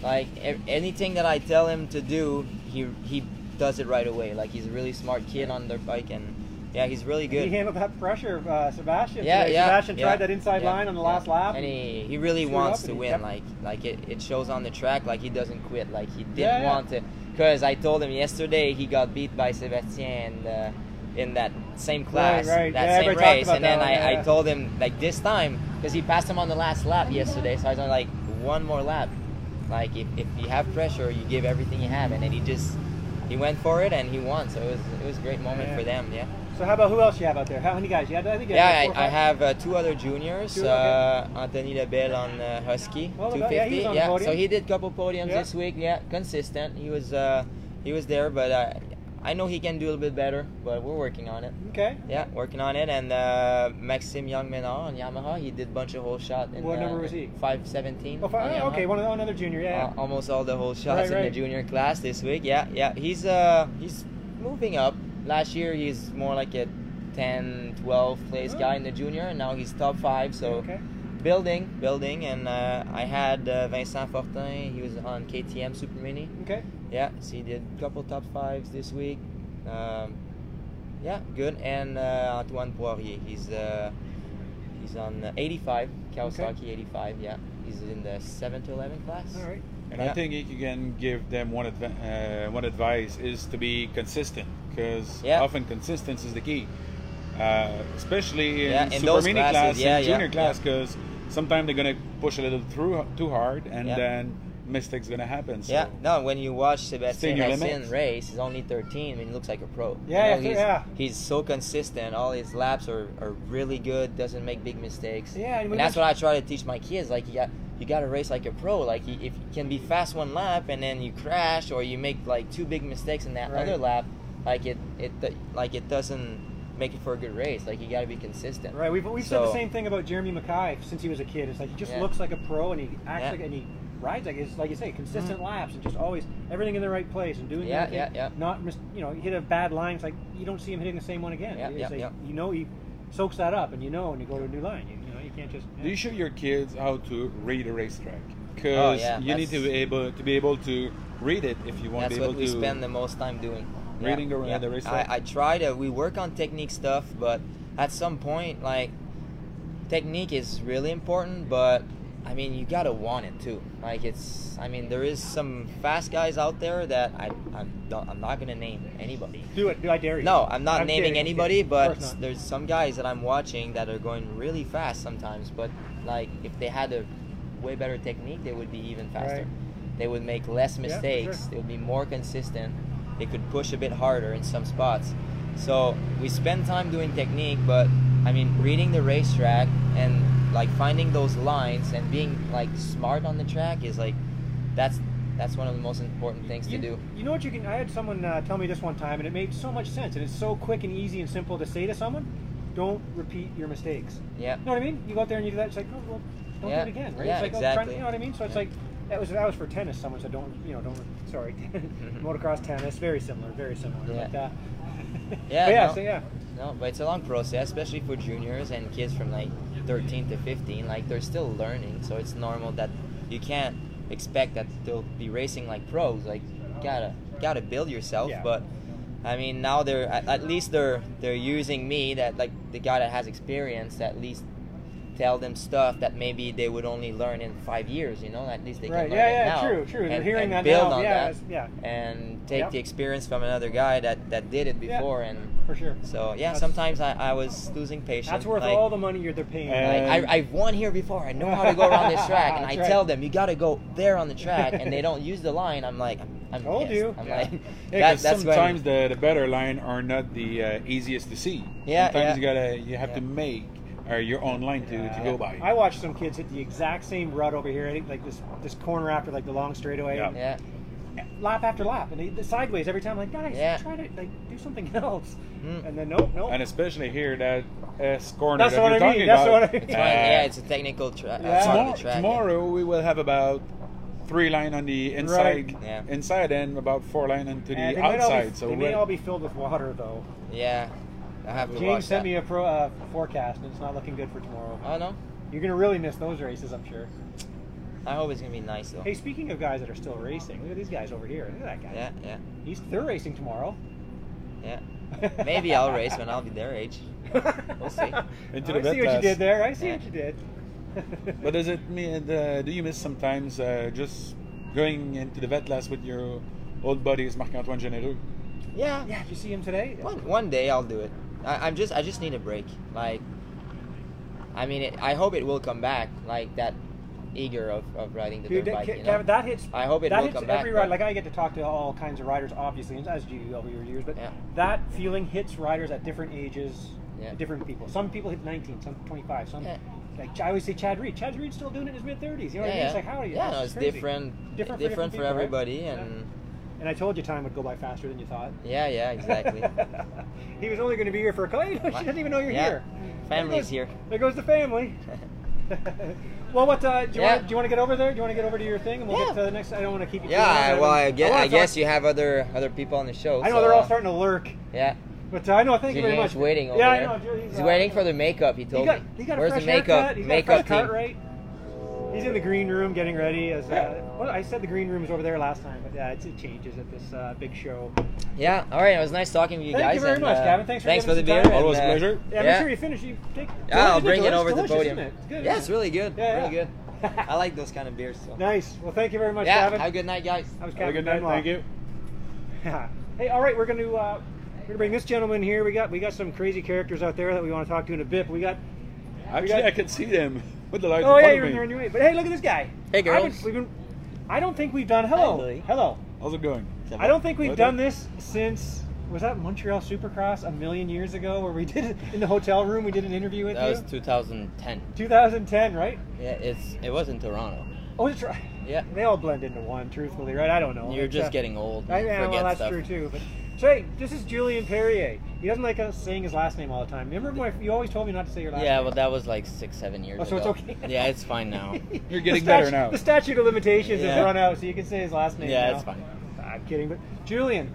Like e- anything that I tell him to do, he he does it right away. Like he's a really smart kid on their bike, and yeah, he's really He good. handled that pressure, uh, Sebastian. Yeah, today. yeah. Sebastian tried yeah, that inside yeah, line on the yeah. last lap. and he, he really screwed wants up to and he win. kept- Like like it, it shows on the track. Like he doesn't quit. Like he didn't Yeah, yeah. want to. Because I told him yesterday he got beat by Sebastien and. Uh, in that same class, right. that Yeah, same everybody talked race, about and that then one, I, yeah. I told him like this time because he passed him on the last lap yesterday, so I was only like one more lap. Like if, if you have pressure, you give everything you have, and then he just he went for it and he won. So it was it was a great moment Yeah. for them. Yeah, So how about who else you have out there? How many guys you had? I think you had yeah. like four or I, I five. have uh, two other juniors, Two, okay. uh, Anthony Lebel on uh, Husky, Oh, two Lebel, yeah, he fifty. was on the Yeah, podium. so he did couple podiums Yeah. this week. Yeah, consistent. He was uh, he was there, but uh, I know he can do a little bit better. But we're working on it. Okay. Yeah, working on it. And uh, Maxim Young Menard on Yamaha, he did bunch of whole shot. In, What uh, number was he? Five seventeen. Oh, fi- oh, uh, okay. One of the, another junior. Yeah. almost all the whole Right, shots in the right. junior class this week. Yeah, yeah. He's uh he's moving up. Last year he's more like a 10, 12 place Oh. guy in the junior, and now he's top five. So okay. building, building. And uh, I had uh, Vincent Fortin. He was on KTM Super Mini. Okay. Yeah, so he did couple top fives this week. Um, yeah, good. And uh, Antoine Poirier, he's uh, he's on uh, 85 Kawasaki 85. Yeah, he's in the 7 to 11 class. All right. And Yeah. I think you can give them one, adv- uh, one advice is to be consistent because Yeah. often consistency is the key, uh, especially in, Yeah, in super those mini classes, class yeah, and yeah, junior yeah. class because sometimes they're gonna push a little through too hard and Yeah. then mistakes gonna happen. So. Yeah, no, when you watch Stay in Sebastian your Racine limits. race, he's only 13 and he looks like a pro. You Yeah, know, yeah, he's, yeah. he's so consistent. All his laps are, are really good, doesn't make big mistakes. Yeah. And, we and that's mentioned- what I try to teach my kids. Like you got you got to race like a pro. Like you, if you can be fast one lap and then you crash or you make like two big mistakes in that Right. other lap, like it it do- like it doesn't make it for a good race. Like you got to be consistent. Right, we've, we've said the So- same thing about Jeremy Mackay since he was a kid. It's like he just Yeah. looks like a pro, and he acts Yeah. Mm-hmm. like and he rides like it's like you say, consistent laps and just always everything in the right place and doing the Yeah, right thing. yeah, yeah. Not mis- you know, hit a bad line. It's like you don't see him hitting the same one again. Yeah, It's yeah, like, yeah. You know, he soaks that up, and you know, and you go to a new line. You, you know, you can't just. Do you show your kids how to read a racetrack? Because Oh, yeah, you need to that's- be able to be able to read it if you want That's to be able what we to. spend the most time doing. Reading around the racetrack? I, I try to. We work on technique stuff, but at some point, like technique is really important. But I mean, you gotta want it too. Like it's. I mean, there is some fast guys out there that I I'm not, I'm not gonna name anybody. do it. Do I dare you? No, I'm not naming kidding, I'm anybody, kidding. Of but course not. there's some guys that I'm watching that are going really fast sometimes. But like, if they had a way better technique, they would be even faster. Right. They would make less for mistakes. sure. They would be more consistent. They could push a bit harder in some spots. So we spend time doing technique, but I mean, reading the racetrack and like finding those lines and being like smart on the track is like that's that's one of the most important things you, to do. You know what you can? I had someone uh, tell me this one time, and it made so much sense. And it's so quick and easy and simple to say to someone, "Don't repeat your mistakes." Yeah. You know what I mean? You go out there and you do that. It's like, oh, well, don't Yeah. do it again, right? Yeah, it's like, oh, try- exactly. you know what I mean? So it's Yeah. like that was that was for tennis. Someone said, don't you know? Don't sorry, motocross tennis, very similar, very similar. Mm-hmm. But, Yeah. uh, Yeah, but yeah, no. so yeah. No, but it's a long process, especially for juniors and kids from like 13 to 15. Like they're still learning, so it's normal that you can't expect that they'll be racing like pros. Like gotta gotta build yourself. Yeah. But I mean, now they're at, at least they're they're using me that like the guy that has experience at least tell them stuff that maybe they would only learn in five years. You know, at least they Right. can learn Yeah, it yeah, now true, true. They're and- hearing and that build now. on Yeah, that it's- yeah. and take Yep. the experience from another guy that that did it Yeah. before and. For sure. So yeah, That's- sometimes I, I was losing patience. That's worth like, all the money you're they're paying. Uh, Like, I, I've won here before. I know how to go around this track, and I That's right. tell them you got to go there on the track, and they don't use the line. I'm like, I'm, I'm Told pissed. you. I'm Yeah. like, Yeah, Yeah, 'cause that, that's sometimes when, the, the better line are not the uh, easiest to see. Yeah, Sometimes yeah. you gotta you have to Yeah. make uh, your own line to, uh, to go by. I watched some kids hit the exact same rut over here, I think, like this this corner after like the long straightaway. Yeah. yeah, lap after lap, and they, they sideways every time. Like, guys, Yeah. try to like do something else. Mm. And then nope, nope. and especially here that S corner That's that what you're I mean, talking that's about. Uh, what I mean. It's when- yeah, it's a technical tra- Yeah. yeah. part tomorrow, of the track. tomorrow we will have about three line on the inside, Right. Yeah. inside, and about four line onto And the they might all be- outside. so they may we're- all be filled with water though. Yeah, I have to watch James sent that. me a pro, uh, forecast, and it's not looking good for tomorrow. oh no, You're gonna really miss those races, I'm sure. I hope it's gonna be nice though. Hey, speaking of guys that are still racing, look at these guys over here. Look at that guy. Yeah, yeah, He's they're racing tomorrow. yeah. Maybe I'll race when I'll be their age. We'll see. Into I the see vet what you pass. did there. I see Yeah. what you did. But does it mean uh, do you miss sometimes uh, just going into the vet class with your old buddies Marc Antoine Genereux? Yeah, yeah, did you see him today? One, one day I'll do it. I, I'm just I just need a break. Like, I mean, it, I hope it will come back. Like that eager of, of riding the Dude, dirt that, bike. Ke- you know? Kevin, that hits. I hope it that will hits come back, every ride. but- Like I get to talk to all kinds of riders, obviously, as you over your years. But Yeah. that feeling hits riders at different ages, Yeah. different people. Some people hit 19, some 25, some Yeah. like I always say Chad Reed. Chad Reed's still doing it in his mid 30s. You know what I mean? yeah, It's like how are you? yeah, That's no, it's crazy. different, Different for different, different for, people, right? everybody, Yeah. and And I told you time would go by faster than you thought. yeah, yeah, exactly. he was only going to be here for a couple. She What? doesn't even know you're Yeah. here. There Family's goes- here. There goes the family. well, what uh, do you Yeah. want? Do you want to get over there? Do you want to get over to your thing, and we'll get Yeah. to the next? I don't want to keep you. too yeah, long, Oh, I- Adam. well, I guess, wanna I guess talk- you have other other people on the show. I know so, they're all uh, starting to lurk, Yeah, but uh, I know. Thank you very Julien's much. waiting over yeah, there. I know. Julien's, He's uh, waiting for the makeup. He He told got, me. he got a Where's fresh the makeup haircut, He's got a makeup fresh team? Cartwright. He's in the green room getting ready. As uh, well, I said, the green room was over there last time, but yeah, it's, it changes at this uh, big show. Yeah. All right. It was nice talking to you Thank you guys. very and, much, uh, Gavin. Thanks for for the giving beer. us the time. and, Always uh, a pleasure. Yeah, make sure you finish. You take. Yeah, I'll delicious, bring it over the delicious, podium. Isn't it? Good, yeah, isn't it's it? really good. Yeah, really yeah. good. I like those kind of beers. So. Nice. Well, thank you very much, yeah, Gavin. have a good night, guys. That was Have a Captain good Benoit. night. Thank you. hey, all right, we're going to uh, we're gonna bring this gentleman here. We got we got some crazy characters out there that we want to talk to in a bit. We got Actually, I can see them with the lights. oh in yeah, front you're, of me. you're on your way. But hey, look at this guy. Hey, I girls. haven't- we've been, I don't think we've done hello Hi, Louis. hello. How's it going? I don't think we've Hello. done this since was that Montreal Supercross a million years ago where we did it in the hotel room. We did an interview with That you. was 2010. 2010, right? Yeah, it's it was in Toronto. Oh, that's right. Yeah, They all blend into one, truthfully, right? I don't know. you're It's, just uh, getting old. and I, yeah, forget well, that's stuff. true too. But So hey, this is Julian Perrier. He doesn't like us saying his last name all the time. Remember, when I- you always told me not to say your last Yeah, name. well, that was like six, seven years Oh, so ago. it's okay. Yeah, it's fine now. You're The getting statu- better now. The statute of limitations Yeah. has run out, so you can say his last name. Yeah, now. it's fine. I'm kidding, but Julian,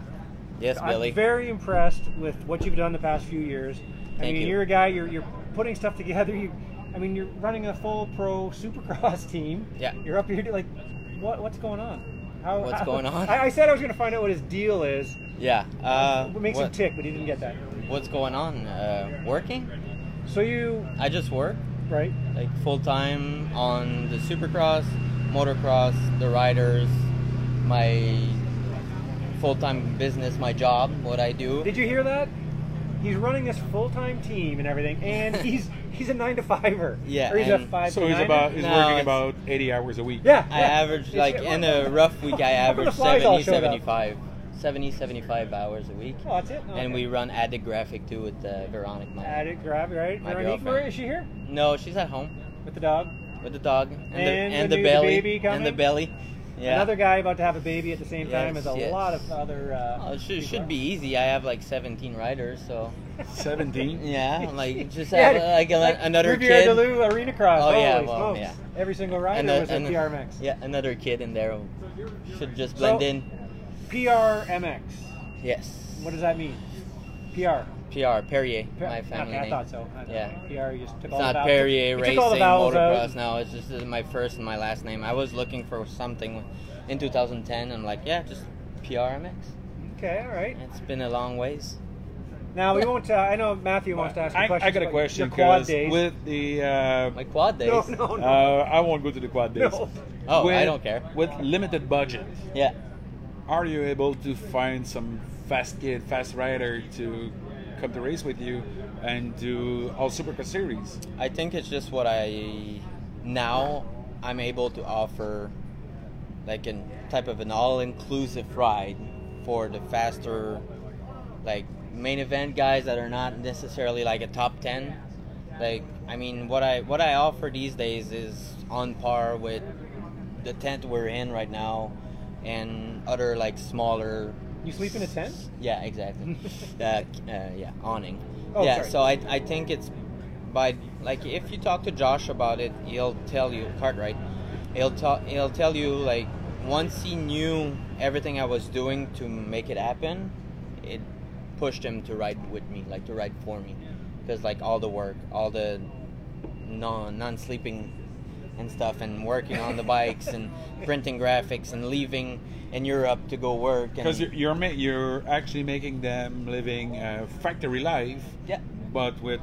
Yes, Billy. I'm very impressed with what you've done the past few years. I Thank mean, you. are a guy. You're you're putting stuff together. You, I mean, you're running a full pro supercross team. Yeah. You're up here to, like, what what's going on? How, What's how- going on? I, I said I was going to find out what his deal is. yeah. Uh, What makes him what- tick? But he didn't get that. What's going on? Uh, working? So you I just work right? like full time on the supercross, motocross, the riders, my full time business, my job, what I do. Did you hear that? He's running this full time team and everything, and he's he's a nine to fiver. Yeah, Or he's a and- five. So to he's niner. about he's No, working it's- about 80 hours a week. Yeah. I yeah. average, It's- like, yeah, in well, a rough week, I how come the average flies all 70, showed up? 75. 70, 75 hours a week. Oh, that's it. Okay. And we run Addict Graphic too with uh, Veronica. my- Add it, grab it, right? My Veronique, girlfriend. Maria, is she here No, she's at home with the dog? with the dog and, And the, and the the, new- the belly baby and the coming? belly. Yeah. Another guy about to have a baby at the same time Yes, as a yes. lot of other. Uh, Oh, it should, people. should be easy. I have like 17 riders, so 17. yeah, like just Yeah, have, uh, like, a- another Riviera kid de Lou Arena Cross. Oh, yeah, Holy well, smokes. yeah. Every single rider a- was at a- PRMX. Yeah, another kid in there should just blend So- in. PRMX. Yes. What does that mean? PR. PR Perrier, Per- my family okay, I name. thought so. I- Yeah. PR, you just took It's all the not vowels. Perrier you Racing took all the vowels Motocross. out. No, it's just uh, my first and my last name. I was looking for something in 2010. I'm like, yeah, just PRMX. Okay, all right. It's been a long ways. Now we won't. Uh, I know Matthew wants to ask I, a question. I got a question Quad because days. with the uh, My quad days. no, no, uh, no. I won't go to the quad days. No. Oh, I With- don't care. With limited budget, Yeah. are you able to find some fast kid, fast rider to come to race with you and do all Supercar series? I think it's just what I now I'm able to offer like an type of an all-inclusive ride for the faster like main event guys that are not necessarily like a top 10 like I mean what I what I offer these days is on par with the tent we're in right now and other like smaller You sleep in a tent? yeah, exactly. uh, uh, yeah, awning. Oh, yeah, sorry. so I, I think it's by like if you talk to Josh about it, he'll tell you Cartwright. He'll tell he'll tell you like once he knew everything I was doing to make it happen, it pushed him to ride with me, like to ride for me, because like all the work, all the non non sleeping and stuff and working on the bikes and printing graphics and leaving in Europe to go work and- Because you're you're, ma- you're actually making them living uh, factory life, yeah but with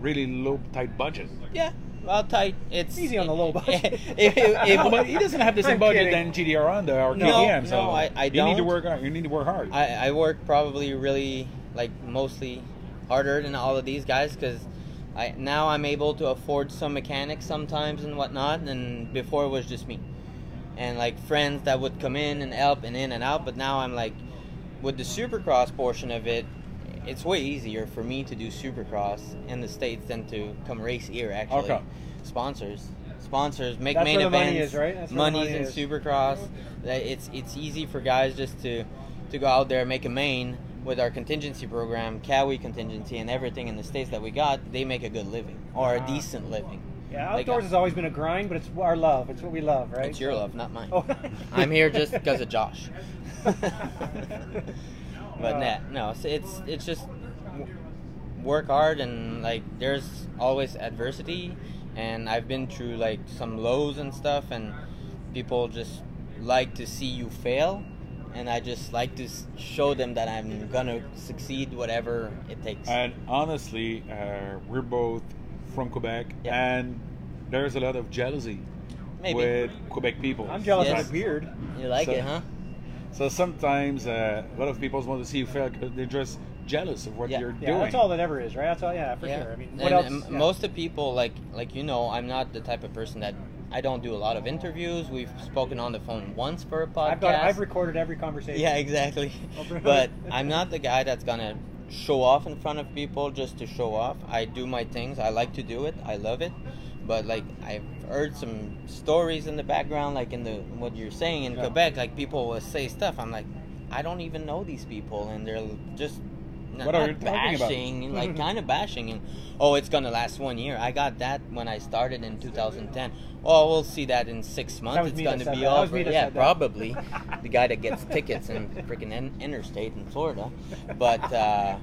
really low tight budget. Yeah, well, tight. It's Easy on the low budget. If- if- if- but he doesn't have the same I'm budget kidding. than GDR Honda or No, KTM. no, so I- I you need to don't. work. hard- You need to work hard. I, I work probably really like mostly harder than all of these guys because I now I'm able to afford some mechanics sometimes and whatnot, and before it was just me and like friends that would come in and help and in and out. But now I'm like with the supercross portion of it. It's way easier for me to do supercross in the states than to come race here. Actually, Okay. sponsors, sponsors make That's main where the events. money is, right? That's where the money's money in is. supercross. That It's it's easy for guys just to to go out there and make a main with our contingency program, Cowie contingency, and everything in the states that we got. They make a good living or a Ah. decent living. Yeah, Like, outdoors has always been a grind, but it's our love. It's what we love, right? It's your love, not mine. Oh. I'm here just because of Josh. Uh, but nah, no, it's, it's it's just w- work hard and like there's always adversity, and I've been through like some lows and stuff, and people just like to see you fail, and I just like to s- show them that I'm gonna succeed whatever it takes. and honestly, uh, we're both from Quebec, Yeah. and there's a lot of jealousy Maybe with Quebec people. I'm jealous Yes. of my beard. you like So- it, huh? So sometimes uh, a lot of people want to see you fail because they're just jealous of what Yeah. you're Yeah, doing. that's all that ever is, right? That's all. Yeah, for sure. I mean, what and else? um, yeah. most of the people, like like you know, I'm not the type of person that I don't do a lot of interviews. We've spoken on the phone once for a podcast. I've, done, I've recorded every conversation. yeah, exactly. Oh, really? but I'm not the guy that's gonna show off in front of people just to show off. I do my things. I like to do it. I love it. But like I've heard some stories in the background, like in the what you're saying in Yeah. Quebec, like people will say stuff. I'm like, I don't even know these people, and they're just n- What are not you talking about? bashing, like kind of bashing, and oh, it's gonna last one year. I got that when I started in 2010. Oh, we'll see that in six months. was It's me that gonna said be that. That was over. me that Yeah, said that. probably the guy that gets tickets in freaking in- interstate in Florida, but uh,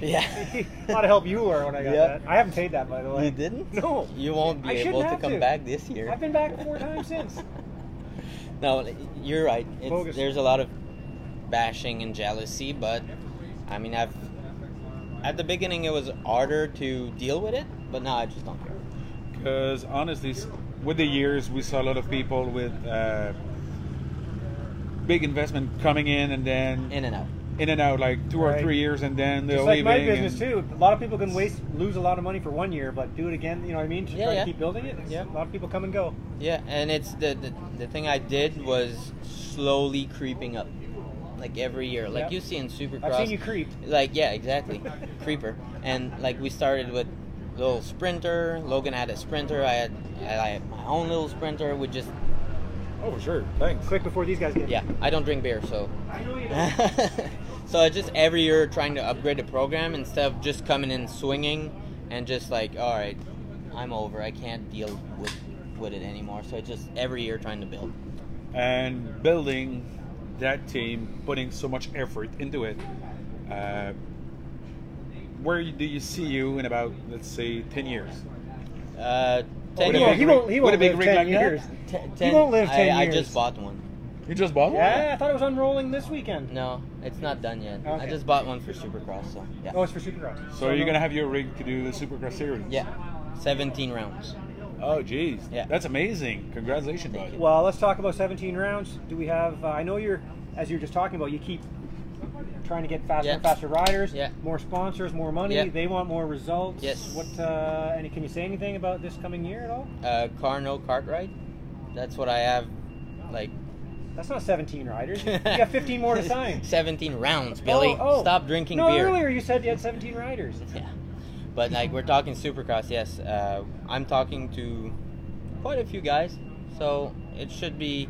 yeah, a lot of help you were when I got Yep. that. I haven't paid that by the way. You didn't? No. You won't be I shouldn't able to have come to. back this year. I've been back four times since. No, you're right. It's, Bogus. there's a lot of bashing and jealousy, but I mean, I've at the beginning it was harder to deal with it, but now I just don't care. because honestly, s- with the years, we saw a lot of people with uh, big investment coming in and then In and out. in and out, like two or Right. three years, and then they're It's like leaving. my business and- too. A lot of people can waste, lose a lot of money for one year, but do it again. You know what I mean? To Yeah, try yeah. to keep building it. It's- Yeah. A lot of people come and go. Yeah, and it's the, the the thing I did was slowly creeping up, like every year, like Yep. you see in Supercross. I've seen you creep. Like yeah, exactly, creeper. And like we started with little sprinter. Logan had a sprinter. I had I had my own little sprinter. We just Oh, sure. Thanks. Quick before these guys get. yeah. I don't drink beer, so I know you don't. so it's just every year trying to upgrade the program instead of just coming in swinging and just like all right i'm over i can't deal with with it anymore so it's just every year trying to build and building that team, putting so much effort into it. Uh, where you- do you see you in about, let's say, 10 years? uh 10 With he won't- he a big years rig- won't- he with a won't big live rig 10 like that? years. T- won't live I- 10 I, years. just bought one You just bought Yeah, I thought it was unrolling this weekend. no it's not done yet i Okay. just bought one for supercross so yeah Oh, it's for Supercross. one? So you're gonna have your rig to do the Supercross series? yeah 17 rounds Oh, jeez. Yeah. That's amazing. Congratulations, bud. Well, let's talk about 17 rounds. Do we have? Uh, I know you're, as you were just talking about, you keep trying to get faster and Yeah. faster riders, Yeah. more sponsors, more money. Yeah. They want more results. Yes. What? Uh, and can you say anything about this coming year at all? uh carno cartwright that's what i have like That's not 17 riders. you got 15 more to sign. 17 rounds billy Oh, oh. stop drinking no, beer earlier you said you had 17 riders. Yeah, but like we're talking Supercross, yes. Uh, I'm talking to quite a few guys, so it should be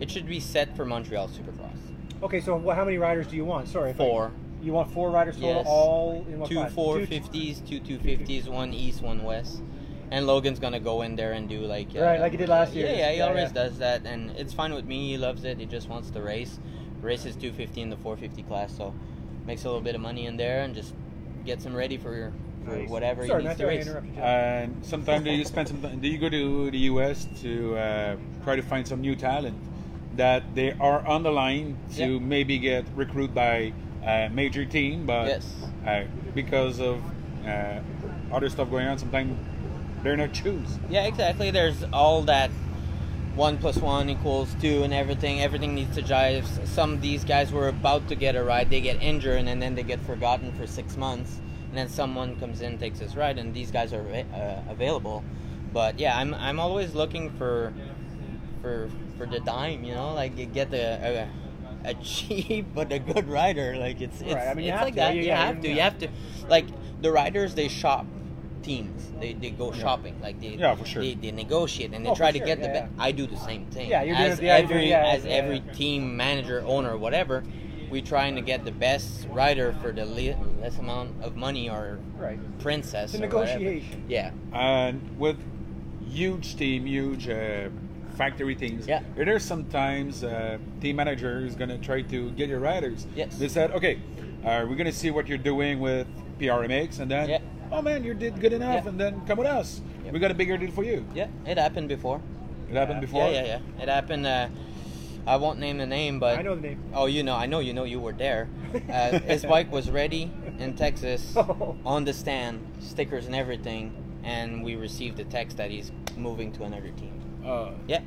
it should be set for Montreal Supercross. Okay, so wh- how many riders do you want? Sorry, if I- Four, you want four riders total, Yes. all in what two class? four Two- fifties, two two fifties, one east, one west, and Logan's gonna go in there and do like uh, Right, like he did last year. Yeah, yeah, he Yeah, always yeah. does that, and it's fine with me. He loves it. He just wants to race. Races two fifty in the four fifty class, so makes a little bit of money in there and just gets him ready for. For Nice. whatever Sorry, he not needs to Uh, sorry to race. interrupt you, Jeff. And sometimes do you spend some time, do you go to the US to uh, try to find some new talent that they are on the line to Yeah. maybe get recruited by a major team, but Yes. uh, because of uh, other stuff going on, sometimes they're not choose. Yeah, exactly. There's all that one plus one equals two and everything. Everything needs to jive. Some of these guys were about to get a ride, they get injured, and then they get forgotten for six months. And then someone comes in, takes his ride, and these guys are uh, available. But yeah, I'm I'm always looking for for for the dime, you know, like you get the. A, a cheap but a good rider, like it's it's, Right, I mean, you it's have like to, that. yeah, you yeah, have to, you yeah. have to, like the riders they shop teams, they, they go shopping, like they Yeah, for sure. they, they negotiate and they Oh, try for to sure, get the yeah, best. yeah. I do the same thing. Yeah, you're doing as it the idea, every yeah, as yeah, every yeah. team manager, owner, whatever, we trying to get the best rider for the le- less amount of money or Right. princess. It's a or whatever. negotiation. Yeah, and with huge team, huge uh, factory teams, Yeah. there are sometimes uh, team manager is gonna try to get your riders. Yes. They said, okay, uh, we're gonna see what you're doing with PRMX, and then, Yeah. oh man, you did good enough, Yeah. and then come with us. Yeah. We got a bigger deal for you. yeah, it happened before. It happened before. Yeah, yeah, yeah. It happened. Uh, I won't name the name, but I know the name. Oh, you know, I know, you know, you were there. Uh, his bike was ready in Oh, Texas on the stand, stickers and everything, and we received a text that he's moving to another team. Uh, Yeah,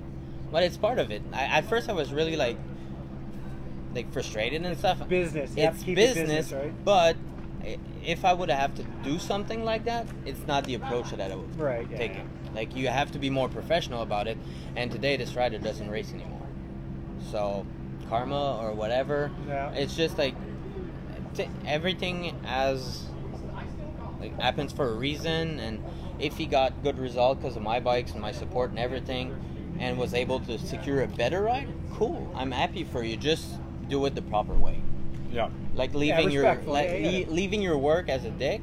but it's part of it. I, at first, I was really like, like frustrated and stuff. business. You have It's to keep it business, business, right? but i- if I would have to do something like that, it's not the approach that I would Right, yeah, take it. Like you have to be more professional about it. And today, this rider doesn't race anymore. So, karma or whatever. Yeah. It's just like t- everything as like happens for a reason. And if he got good result because of my bikes and my support and everything, and was able to secure a better ride, cool. I'm happy for you. Just do it the proper way. Yeah. Like leaving your respectful, like yeah, yeah. le- leaving your work as a dick,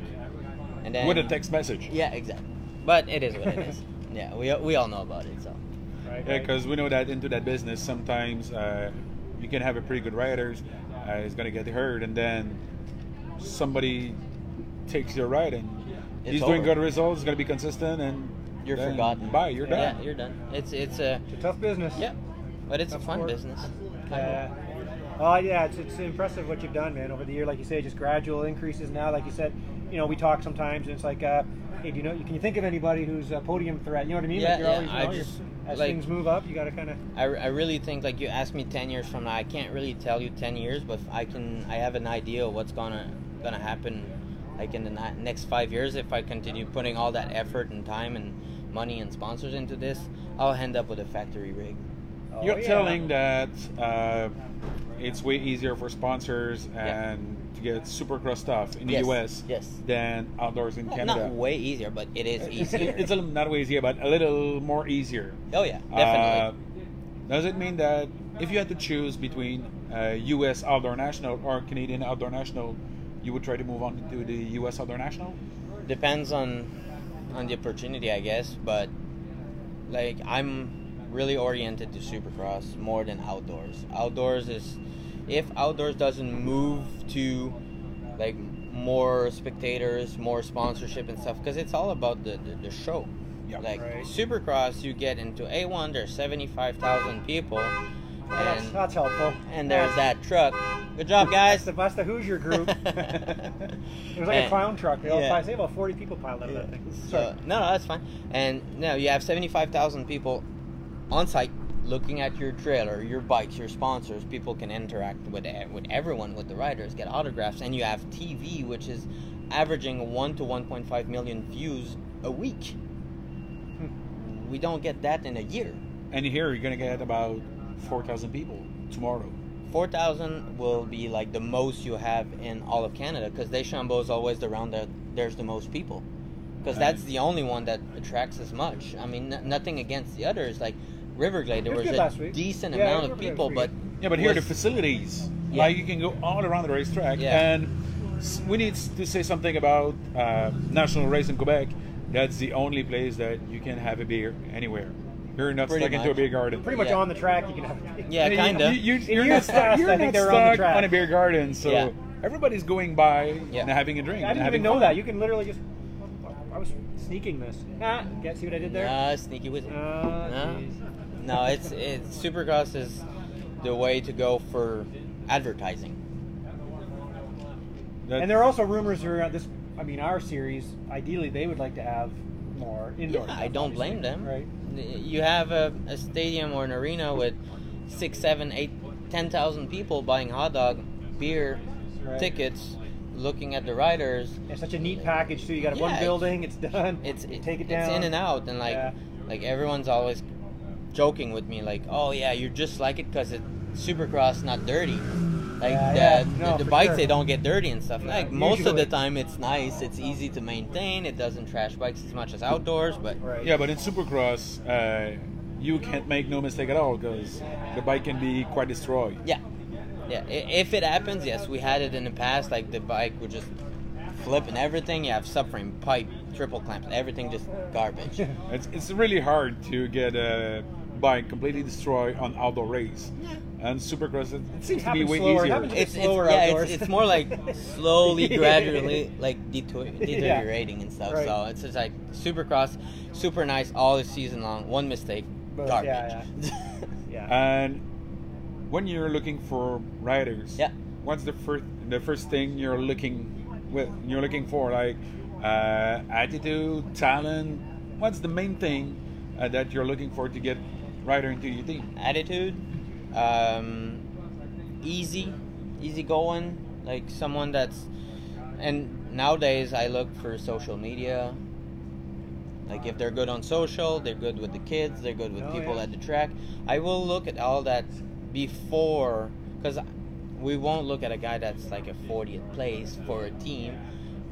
and then With a text message. Yeah, exactly. But it is what it is. Yeah, we we all know about it. So Right, Yeah, right. because we know that into that business, sometimes uh, you can have a pretty good riders. Uh, it's gonna get hurt, and then somebody takes your ride, and It's he's doing over. good results. Gonna be consistent, and you're then forgotten. Bye, you're done. Yeah, you're done. It's it's a It's a tough business. yeah, but it's a Of fun course. business. Uh, oh yeah, it's, it's impressive what you've done, man. Over the year, like you say, just gradual increases. Now, like you said, you know, we talk sometimes, and it's like, uh, hey, do you know? Can you think of anybody who's a podium threat? You know what I mean? Yeah, like you're yeah, always, you I know, you're- just, as like- things move up, you got to kind of. I, I really think like you ask me 10 years from now i can't really tell you 10 years but i can i have an idea of what's gonna gonna happen like in the ni- next five years if i continue putting all that effort and time and money and sponsors into this i'll end up with a factory rig Oh, You're telling that uh, it's way easier for sponsors Yeah. and to get supercross stuff in the Yes, U.S. yes. than outdoors in not, Canada. way easier but it is easier it's a, little- not way easier, but a little more easier. oh yeah definitely Uh, does it mean that if you had to choose between uh, U.S. Outdoor National or Canadian Outdoor National, you would try to move on to the U.S. Outdoor National? depends on on the opportunity i guess but like i'm really oriented to supercross more than outdoors outdoors is if outdoors doesn't move to like more spectators more sponsorship and stuff because it's all about the, the, the show Yeah. like Right. supercross you get into a1 there's 75000 people That's, and, that's helpful. and there's that truck good job That's guys the, that's the Hoosier group. It was like a And- clown truck. They all yeah. piled, they about 40 people piled out of that thing. Sorry. So, no, no, that's fine. And now you have 75,000 people on site looking at your trailer, your bikes, your sponsors. People can interact with e- with everyone, with the riders, get autographs, and you have TV, which is averaging 1 to 1.5 million views a week. Hmm. We don't get that in a year. And here you're gonna get about four thousand people tomorrow. 4,000 will be like the most you have in all of Canada because Deschambault is always the round that there's the most people. Because that's Nice. the only one that attracts as much. I mean, n- nothing against the others. Like Riverglade, there It was was good a last week. decent Yeah, amount of Riverglade was people, pretty but Yeah, but here are the was- facilities. Yeah. Like you can go all around the racetrack. Yeah. And s- we need to say something about uh, national race in Quebec. That's the only place that you can have a beer anywhere. You're not Pretty stuck into a much. beer garden. Pretty much yeah. on the track, you can have. Yeah, You- kinda. You, In are not years stuck, past, you're I think they not were on the stuck track. on a beer garden, so Yeah. everybody's going by Yeah. and having a drink. I and didn't having even know fun. that. You can literally just. I was sneaking this. Ah, can't see what I did there? Nah, sneaky whistle. Ah, Nah. jeez. no, it's it's Supercross is the way to go for advertising. That- And there are also rumors around this. I mean, our series. Ideally, they would like to have more indoor. I don't blame them. Right. You have a, a stadium or an arena with six, seven, eight, ten thousand people buying hot dog, beer, Right. tickets, looking at the riders. It's such a neat package too. You got Yeah, one it's- building. It's done. It's it, take it it's down. in and out, and like Yeah. like everyone's always joking with me, like, oh yeah, you're just like it because it supercross not dirty. Like Yeah, the, yeah. the- No, the for bikes, sure. they don't get dirty and stuff. Like most of usually. the time, it's nice. It's easy to maintain. It doesn't trash bikes as much as outdoors, but Right. Yeah, but in Supercross, uh, you can't make no mistake at all because the bike can be quite destroyed. Yeah, yeah. I- If it happens, yes, we had it in the past. Like the bike would just flip and everything. You have subframe, pipe, triple clamps, everything just garbage. It's, it's really hard to get a bike completely destroyed on outdoor race. And Supercross, it, it seems to be happens way slower. It easier. happens a bit It's, it's slower yeah, outdoors. it's, it's more like slowly, Yeah. gradually, like deter- deteriorating and stuff. Right. So it's just like supercross, super nice all the season long. One mistake, But- garbage. yeah, Yeah. And when you're looking for riders, Yeah. what's the first the first thing you're looking with you're looking for like uh, attitude, talent? What's the main thing uh, that you're looking for to get rider into your team? attitude, um, easy, easy going, like someone that's. And nowadays, I look for social media. Like if they're good on social, they're good with the kids, they're good with Oh, people yeah. at the track. I will look at all that before, because we won't look at a guy that's like a 40th place for a team.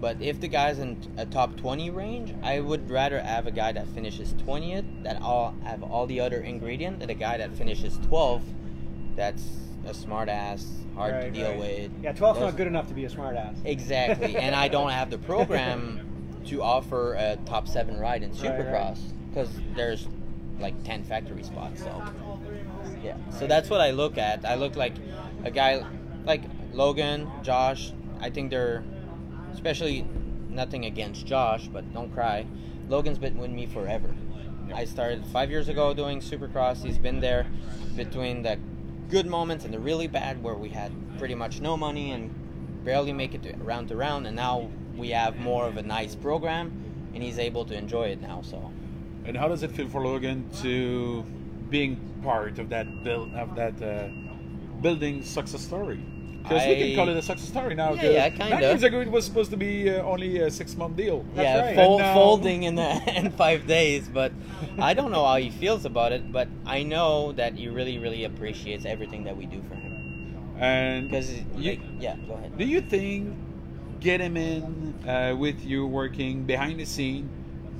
But if the guy's in a top 20 range, I would rather have a guy that finishes 20th that all have all the other ingredient than a guy that finishes 12th that's a smartass, hard to Right, deal right. with. Yeah, 12's Those- not good enough to be a smartass. Exactly, and I don't have the program to offer a top seven ride in Right, right. Supercross because there's like ten factory spots. So yeah, so that's what I look at. I look like a guy like Logan, Josh. I think they're especially nothing against Josh, but don't cry. Logan's been with me forever. I started five years ago doing Supercross. He's been there between the good moments and the really bad, where we had pretty much no money and barely make it to, round to round. And now we have more of a nice program, and he's able to enjoy it now. So And how does it feel for Logan to being part of that build of that uh, building success story? Because we can I- call it a success story now. Yeah, 'cause yeah, kinda. Nine years ago, it was supposed to be uh, only a six-month deal. yeah, right. fol- And uh, now- folding in the, in five days. But I don't know how he feels about it. But I know that he really, really appreciates everything that we do for him. And Because you, yeah, go ahead. do you think get him in uh, with you working behind the scene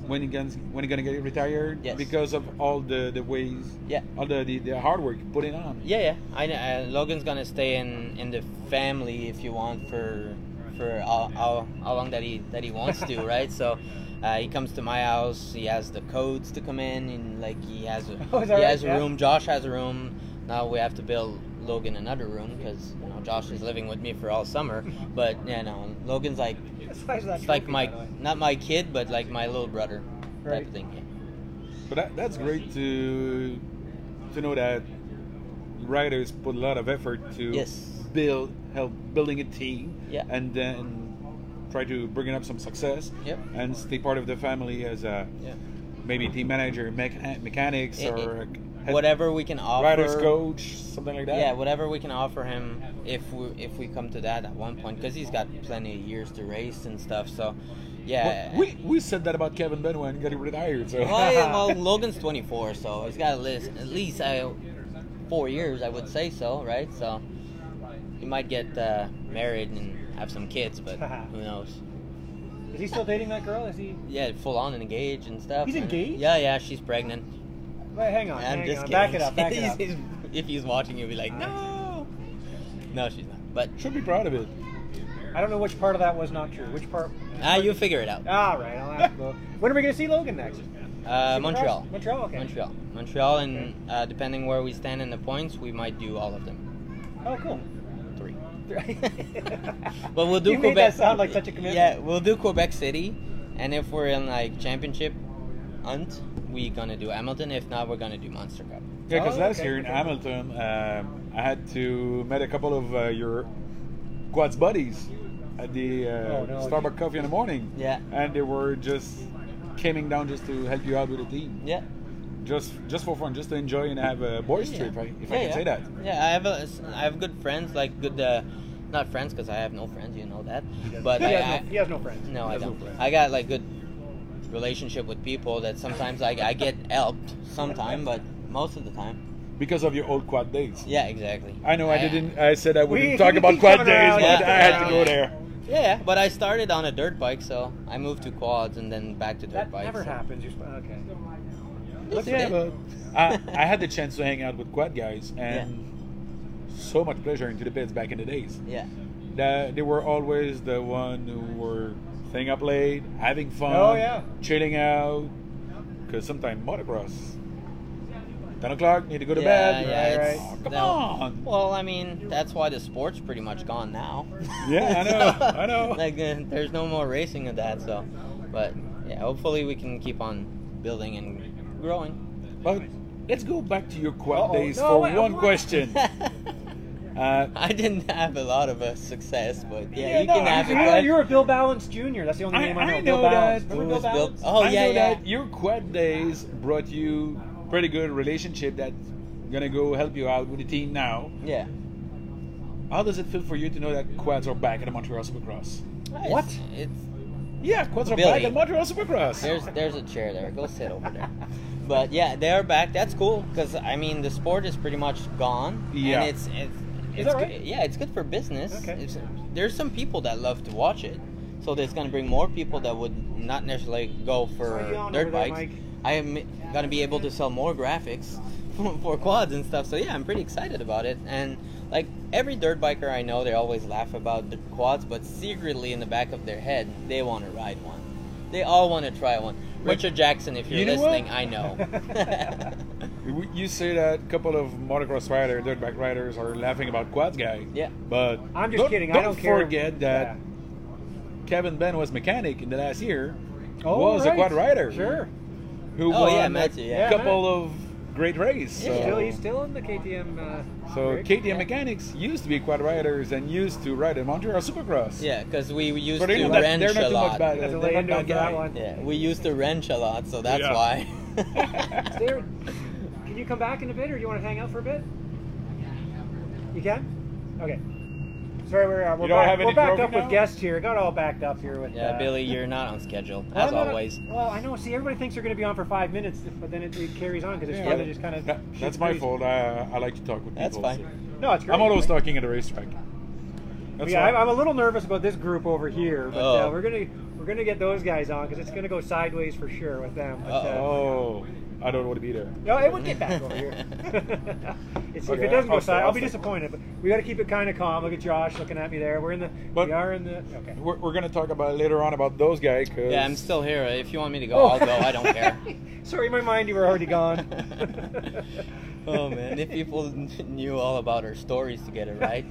when he gonna when he gonna get retired? Yes. Because of all the the ways, Yeah. all the the, the hard work you put in on. Yeah, yeah. I know, uh, Logan's gonna stay in in the family if you want for for how, how, how long that he that he wants to, right? So. Uh, he comes to my house. He has the codes to come in, and like he has a Oh, is he that right? has a Yeah. room. Josh has a room. Now we have to build Logan another room because you know Josh is living with me for all summer. But you know Logan's like It's like, it's like my not my kid, but like my little brother type Right. of thing. yeah. But that, that's great to to know that writers put a lot of effort to Yes. build help building a team Yeah. and then try to bring up some success Yep. and stay part of the family as a Yeah. maybe team manager mech- mechanics It- or it- head- Whatever we can offer. writers coach something like that Yeah, whatever we can offer him, if we if we come to that at one point, because he's got plenty of years to race and stuff. So, yeah. Well, Oh. we, we said that about Kevin Benoit and got retired so Well, yeah, well, Logan's 24, so he's got at least at least uh, four years, I would say so, right? So he might get uh, married and have some kids, but who knows? Is he still dating that girl? Is he? Yeah, full on engaged and stuff. He's and- engaged? Yeah, yeah, she's pregnant. Wait, hang on. I'm hang just on. kidding. Back it up. Back it He's- up. he's- if he's watching, he'll be like, no. No, she's not. But should be proud of it I don't know which part of that was not true. Which part? ah, you figure it out. All right, I'll ask. Lo- when are we going to see Logan next? Uh, Supercross? Montreal. Montreal. Okay. Montreal. Montreal, and uh, depending where we stand in the points, we might do all of them. Oh, cool. Three. but But we'll do you Quebec. made that sound like such a commitment. Yeah, we'll do Quebec City, and if we're in like championship hunt, we gonna do Hamilton. If not, we're gonna do Monster Cup. Yeah, because Oh, last okay, year in okay. Hamilton, um, I had to meet a couple of uh, your quads buddies at the uh, Oh, no. Starbucks coffee in the morning. Yeah. and they were just coming down just to help you out with the team, Yeah. just just for fun, just to enjoy and have a boys Yeah. trip, if I, if I Yeah, can yeah. say that. Yeah, I have a, I have good friends, like good, uh, not friends because I have no friends, you know that. But he, I, has I- no, he has no friends. No, I He has don't. friends. I got like good relationship with people that sometimes I, I get helped sometime, but most of the time. Because of your old quad days. Yeah, exactly. I know I, didn't. I said I wouldn't We- talk we about keep quad days, coming around, but yeah. I had to go Yeah. there. Yeah, but I started on a dirt bike, so I moved to quads and then back to dirt That bikes. never so- happens. You're sp- okay. That's yeah, it. but I, I had the chance to hang out with quad guys and so much pleasure into the pits back in the days. Yeah. that they were always the one who were staying up late, having fun, Oh, yeah. chilling out. Because sometimes motocross, ten o'clock, need to go to yeah, bed. yeah, Right, it's- right. Oh, come that- on. Well, I mean, that's why the sport's pretty much gone now. Yeah, I know, I know. Like, uh, there's no more racing of that, so. But yeah, hopefully we can keep on building and growing. But let's go back to your quad Uh-oh. days No, for wait, one what? question. uh, I didn't have a lot of uh, success, but yeah, Yeah, you no, can I- have You it. know, but- you're a Bill Balance Jr. That's the only I- name I I know. know Bill Balance. that. Remember Who Bill was Bill- Balance? Oh I yeah, know yeah. that your quad days brought you pretty good relationship that's gonna go help you out with the team now. Yeah. How does it feel for you to know that quads are back at the Montreal Supercross? What? It's, it's Yeah, quads are back Billy. at Montreal Supercross. There's there's a chair there. Go sit over there. But yeah, they are back. That's cool because I mean the sport is pretty much gone. Yeah. And it's it's, Is it's that right? good, yeah, it's good for business. Okay. It's, there's some people that love to watch it, so there's gonna bring more people that would not necessarily go for Why are you on dirt over there, bikes. Mike? I am gonna be able to sell more graphics for, for quads and stuff. So yeah, I'm pretty excited about it. And like every dirt biker I know, they always laugh about the quads, but secretly in the back of their head, they want to ride one. They all want to try one. Richard Jackson, if you're you know what? listening, I know. You- You say that a couple of motocross rider, dirtbag riders are laughing about quads guy. Yeah. But I'm just don't- kidding. Don't I don't care. forget that Kevin Ben was mechanic in the last year. Yeah. Oh, was right. a quad rider. Sure. Who Oh, won yeah, a Matthew, yeah. Yeah. couple of great races. So, He's still, he's still in the KTM. Uh, so rig. KTM mechanics used to be quad riders and used to ride in Montreal Supercross. yeah, because we we used So they to know that wrench they're not a too much lot. bad. That's a they're lay not into bad him for guy. that one. Yeah, we used to wrench a lot, so that's Yeah. why. Sarah, can you come back in a bit, or do you want to hang out for a bit? You can. Okay. Sorry, we're, uh, we're You don't back, have any we're backed trophy up now? with guests here. Got all backed up here with. yeah, uh, Billy, you're not on schedule well, as I'm not- always. well, I know. See, everybody thinks they're going to be on for five minutes, but then it, it carries on because it's fun to just kind of. That- That's my fault. I, I like to talk with That's people. fine. No, it's great. I'm always talking at the racetrack. That's yeah, why. I'm, I'm a little nervous about this group over here, but uh, Oh. we're gonna we're gonna get those guys on because it's gonna go sideways for sure with them. But, uh, Oh, I don't want to be there. no, it would get back over here. it's, if Okay, it doesn't go I'll stay- side, I'll, I'll be stay. disappointed. But we got to keep it kind of calm. Look at Josh looking at me there. We're in the But- we are in the okay. We're, we're gonna talk about later on about those guys. Cause Yeah, I'm still here. If you want me to go, Oh. I'll go. I don't care. Sorry, in my mind you were already gone. oh man, if people knew all about our stories together, right?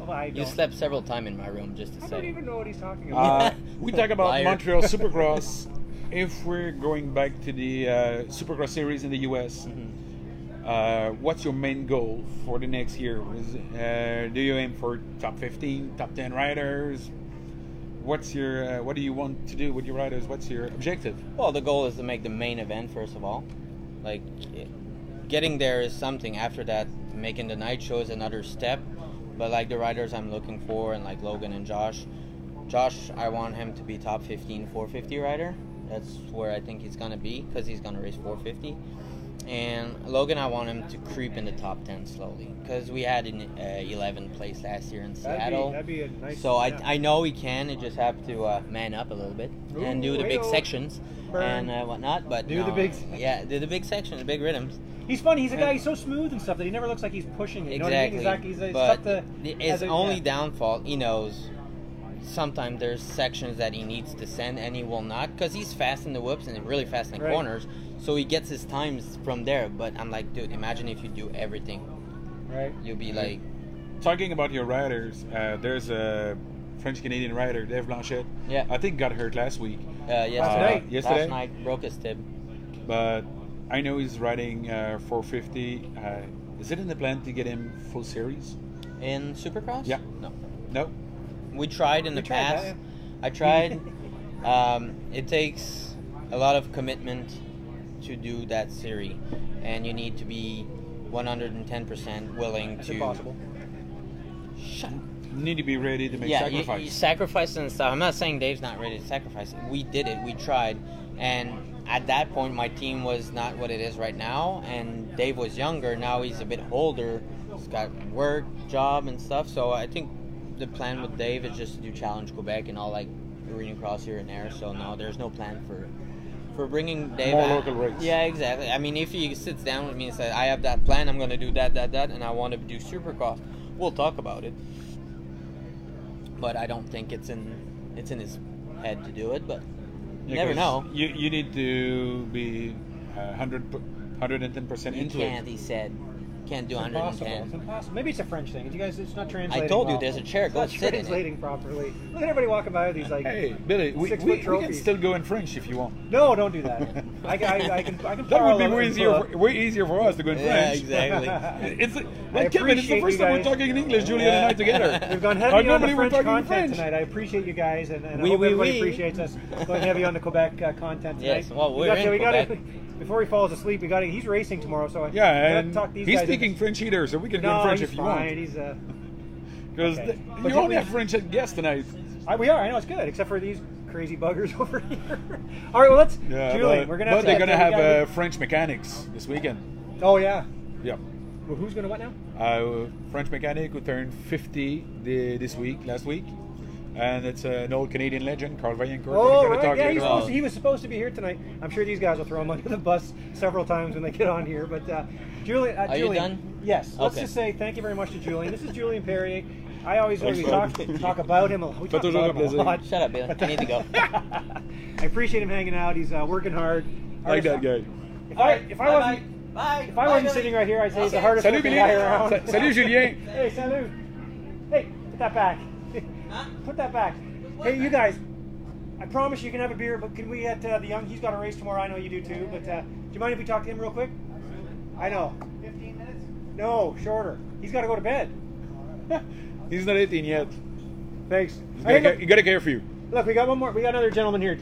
Oh, I You don't- slept several times in my room just to I don't say. even know what he's talking about. Uh, we talk about Liar. Montreal Supercross. if we're going back to the uh, Supercross series in the U.S., Mm-hmm. uh, what's your main goal for the next year? Is, uh, do you aim for top 15, top 10 riders? What's your uh, what do you want to do with your riders? What's your objective? Well, the goal is to make the main event first of all. Like, it- getting there is something. After that, making the night show is another step. But like the riders I'm looking for, and like Logan and Josh, Josh, I want him to be top 15 450 rider. That's where I think he's gonna be because he's gonna race 450. And Logan, I want him to creep in the top 10 slowly because we had an uh, 11th place last year in that'd, Seattle. be, that'd be a nice. So I, yeah. I know he can. You just have to uh, man up a little bit and Ooh, do the big hey-o. sections Burn. and uh, whatnot. But Do no, the big- yeah, do the big section, the big rhythms. He's funny. He's a guy. He's so smooth and stuff that he never looks like he's pushing it. You exactly. Know what I mean? He's like he's, he's but got the, his has a- only yeah. downfall, he knows. Sometimes there's sections that he needs to send and he will not because he's fast in the whips and really fast in the Right. corners. So he gets his times from there. But I'm like, dude, imagine if you do everything. Right. You'll be like, Talking about your riders, uh, there's a French Canadian rider, Dave Blanchette. Yeah. I think got hurt last week. uh, yesterday, night. Yesterday? last night broke his tib. but I know he's riding uh, 450. Uh, is it in the plan to get him full series? In Supercross? Yeah. No. No. We tried in the tried, past. huh? I tried. um, it takes a lot of commitment to do that series, and you need to be 110% willing That's to. impossible. Shut up. You need to be ready to make Yeah, you, you sacrifices. sacrifice and stuff. I'm not saying Dave's not ready to sacrifice. We did it. We tried, and at that point, my team was not what it is right now. And Dave was younger. Now he's a bit older. He's got work, job, and stuff. So I think the plan with Dave is just to do Challenge Quebec and all like arena cross here and there. So no, there's no plan for for bringing Dave More out. local rates. Yeah, exactly. I mean, if he sits down with me and says, "I have that plan. I'm going to do that, that, that, and I want to do Supercross," we'll talk about it but I don't think it's in it's in his head to do it. But you never 'cause know. You you need to be uh, 100 110 percent He into can't. it. He said, can't do It's impossible. It's 110. impossible. Maybe it's a French thing. You guys, it's not translating. told you well. there's a chair. It's Go not sit in it. translating properly. Look at everybody walking by with these like. Hey, Billy, we, Six we, foot we can trophies. still go in French if you want. No, don't do that. I, I, I can. I can That would be parallel way it. easier, for, way easier for us to go in Yeah, French. exactly. It's like Kevin. It's appreciate the first you time we're guys. talking in English, Julian and I together. We've gone Like, heavy on the normally we're French talking content in French. tonight. I appreciate you guys, and, and I Oui, hope oui, everybody oui. appreciates us going heavy on the Quebec uh, content tonight. Yes, well, We we're gotta- in we gotta- Quebec. Before he falls asleep, we got to. He's racing tomorrow, so I we Yeah, gotta and talk these he's guys speaking into- French either, so we can go in No, French he's if you fine. want. He's uh, Because Okay. But you can only we- have French at guest tonight. I, we are. I know it's good, except for these crazy buggers over here. All right, well let's. Julian, but, we're gonna. but have they're to, gonna have we uh, French mechanics this weekend. gotta- oh yeah. Yeah, Well, who's gonna what now? uh, French mechanic who turned 50 thi- this week, last week. Uh, and it's uh, an old Canadian legend, Carl Vaillancourt. Oh, We're gonna right. Yeah, later he's on. supposed to, he was supposed to be here tonight. I'm sure these guys will throw him under the bus several times when they get on here. But uh, Julian, uh, Are you Julian, done? Yes. Let's Okay. just say thank you very much to Julian. This is Julian Perrier. I always when Thanks, we bud. talk, talk about him. a lot. We Fais talk about him toujours a un lot. plaisir. Shut up, Bill. I need to go. I appreciate him hanging out. He's uh, working hard. Like that guy. If I, if I wasn't, Bye. if I wasn't sitting right here, I'd say he's the hardest Salut, working Billy. guy around. Sa- Salut, Julien. Hey, salut. Hey, put that back. Put that back. Hey, you guys. I promise you can have a beer, but can we at uh, the young? He's got a race tomorrow. I know you do too. But uh, do you mind if we talk to him real quick? I know. Fifteen minutes. No, shorter. He's got to go to bed. He's not 18 yet. Thanks. He's Hey, got look- a- You got a curfew. Look, we got one more. We got another gentleman here.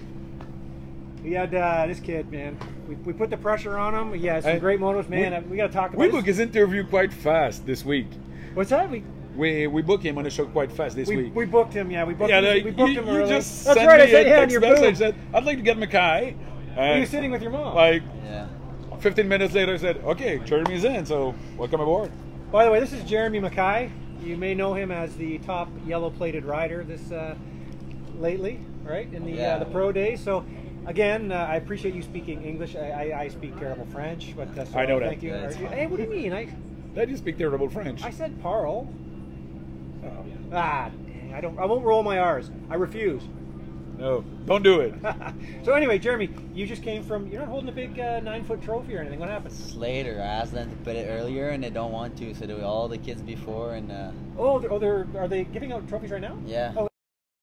We had uh, this kid, man. We, we put the pressure on him. He has some Hey, great motos, man. we- uh, We, got to talk about We this. book his interview quite fast this week. What's that? We, We we book him on the show quite fast this we, week. we booked him. Yeah, we booked yeah, him. like, we booked you, him you early. just That's sent right. I me said, a yeah, and text your message boob. that I'd like to get Mackay. Are And you sitting with your mom? like Yeah. 15 minutes later, I said, "Okay, Jeremy's in, so welcome aboard." By the way, this is Jeremy Mackay. You may know him as the top yellow-plated rider this uh, lately, right in the Yeah. uh, the pro days. So, again, uh, I appreciate you speaking English. I, I, I speak terrible French, but uh, so I know that. thank you. Yeah, it's Are you- Hey, what do you mean? I That you speak terrible French. I said parle. Oh, Ah, dang, I don't. I won't roll my R's. I refuse. no, don't do it. so anyway, Jeremy, you just came from. You're not holding a big uh, nine-foot trophy or anything. What happened? Slater, I asked them to put it earlier and they don't want to, so do all the kids before and uh, Oh, they're, oh, they're are they giving out trophies right now? Yeah. Oh,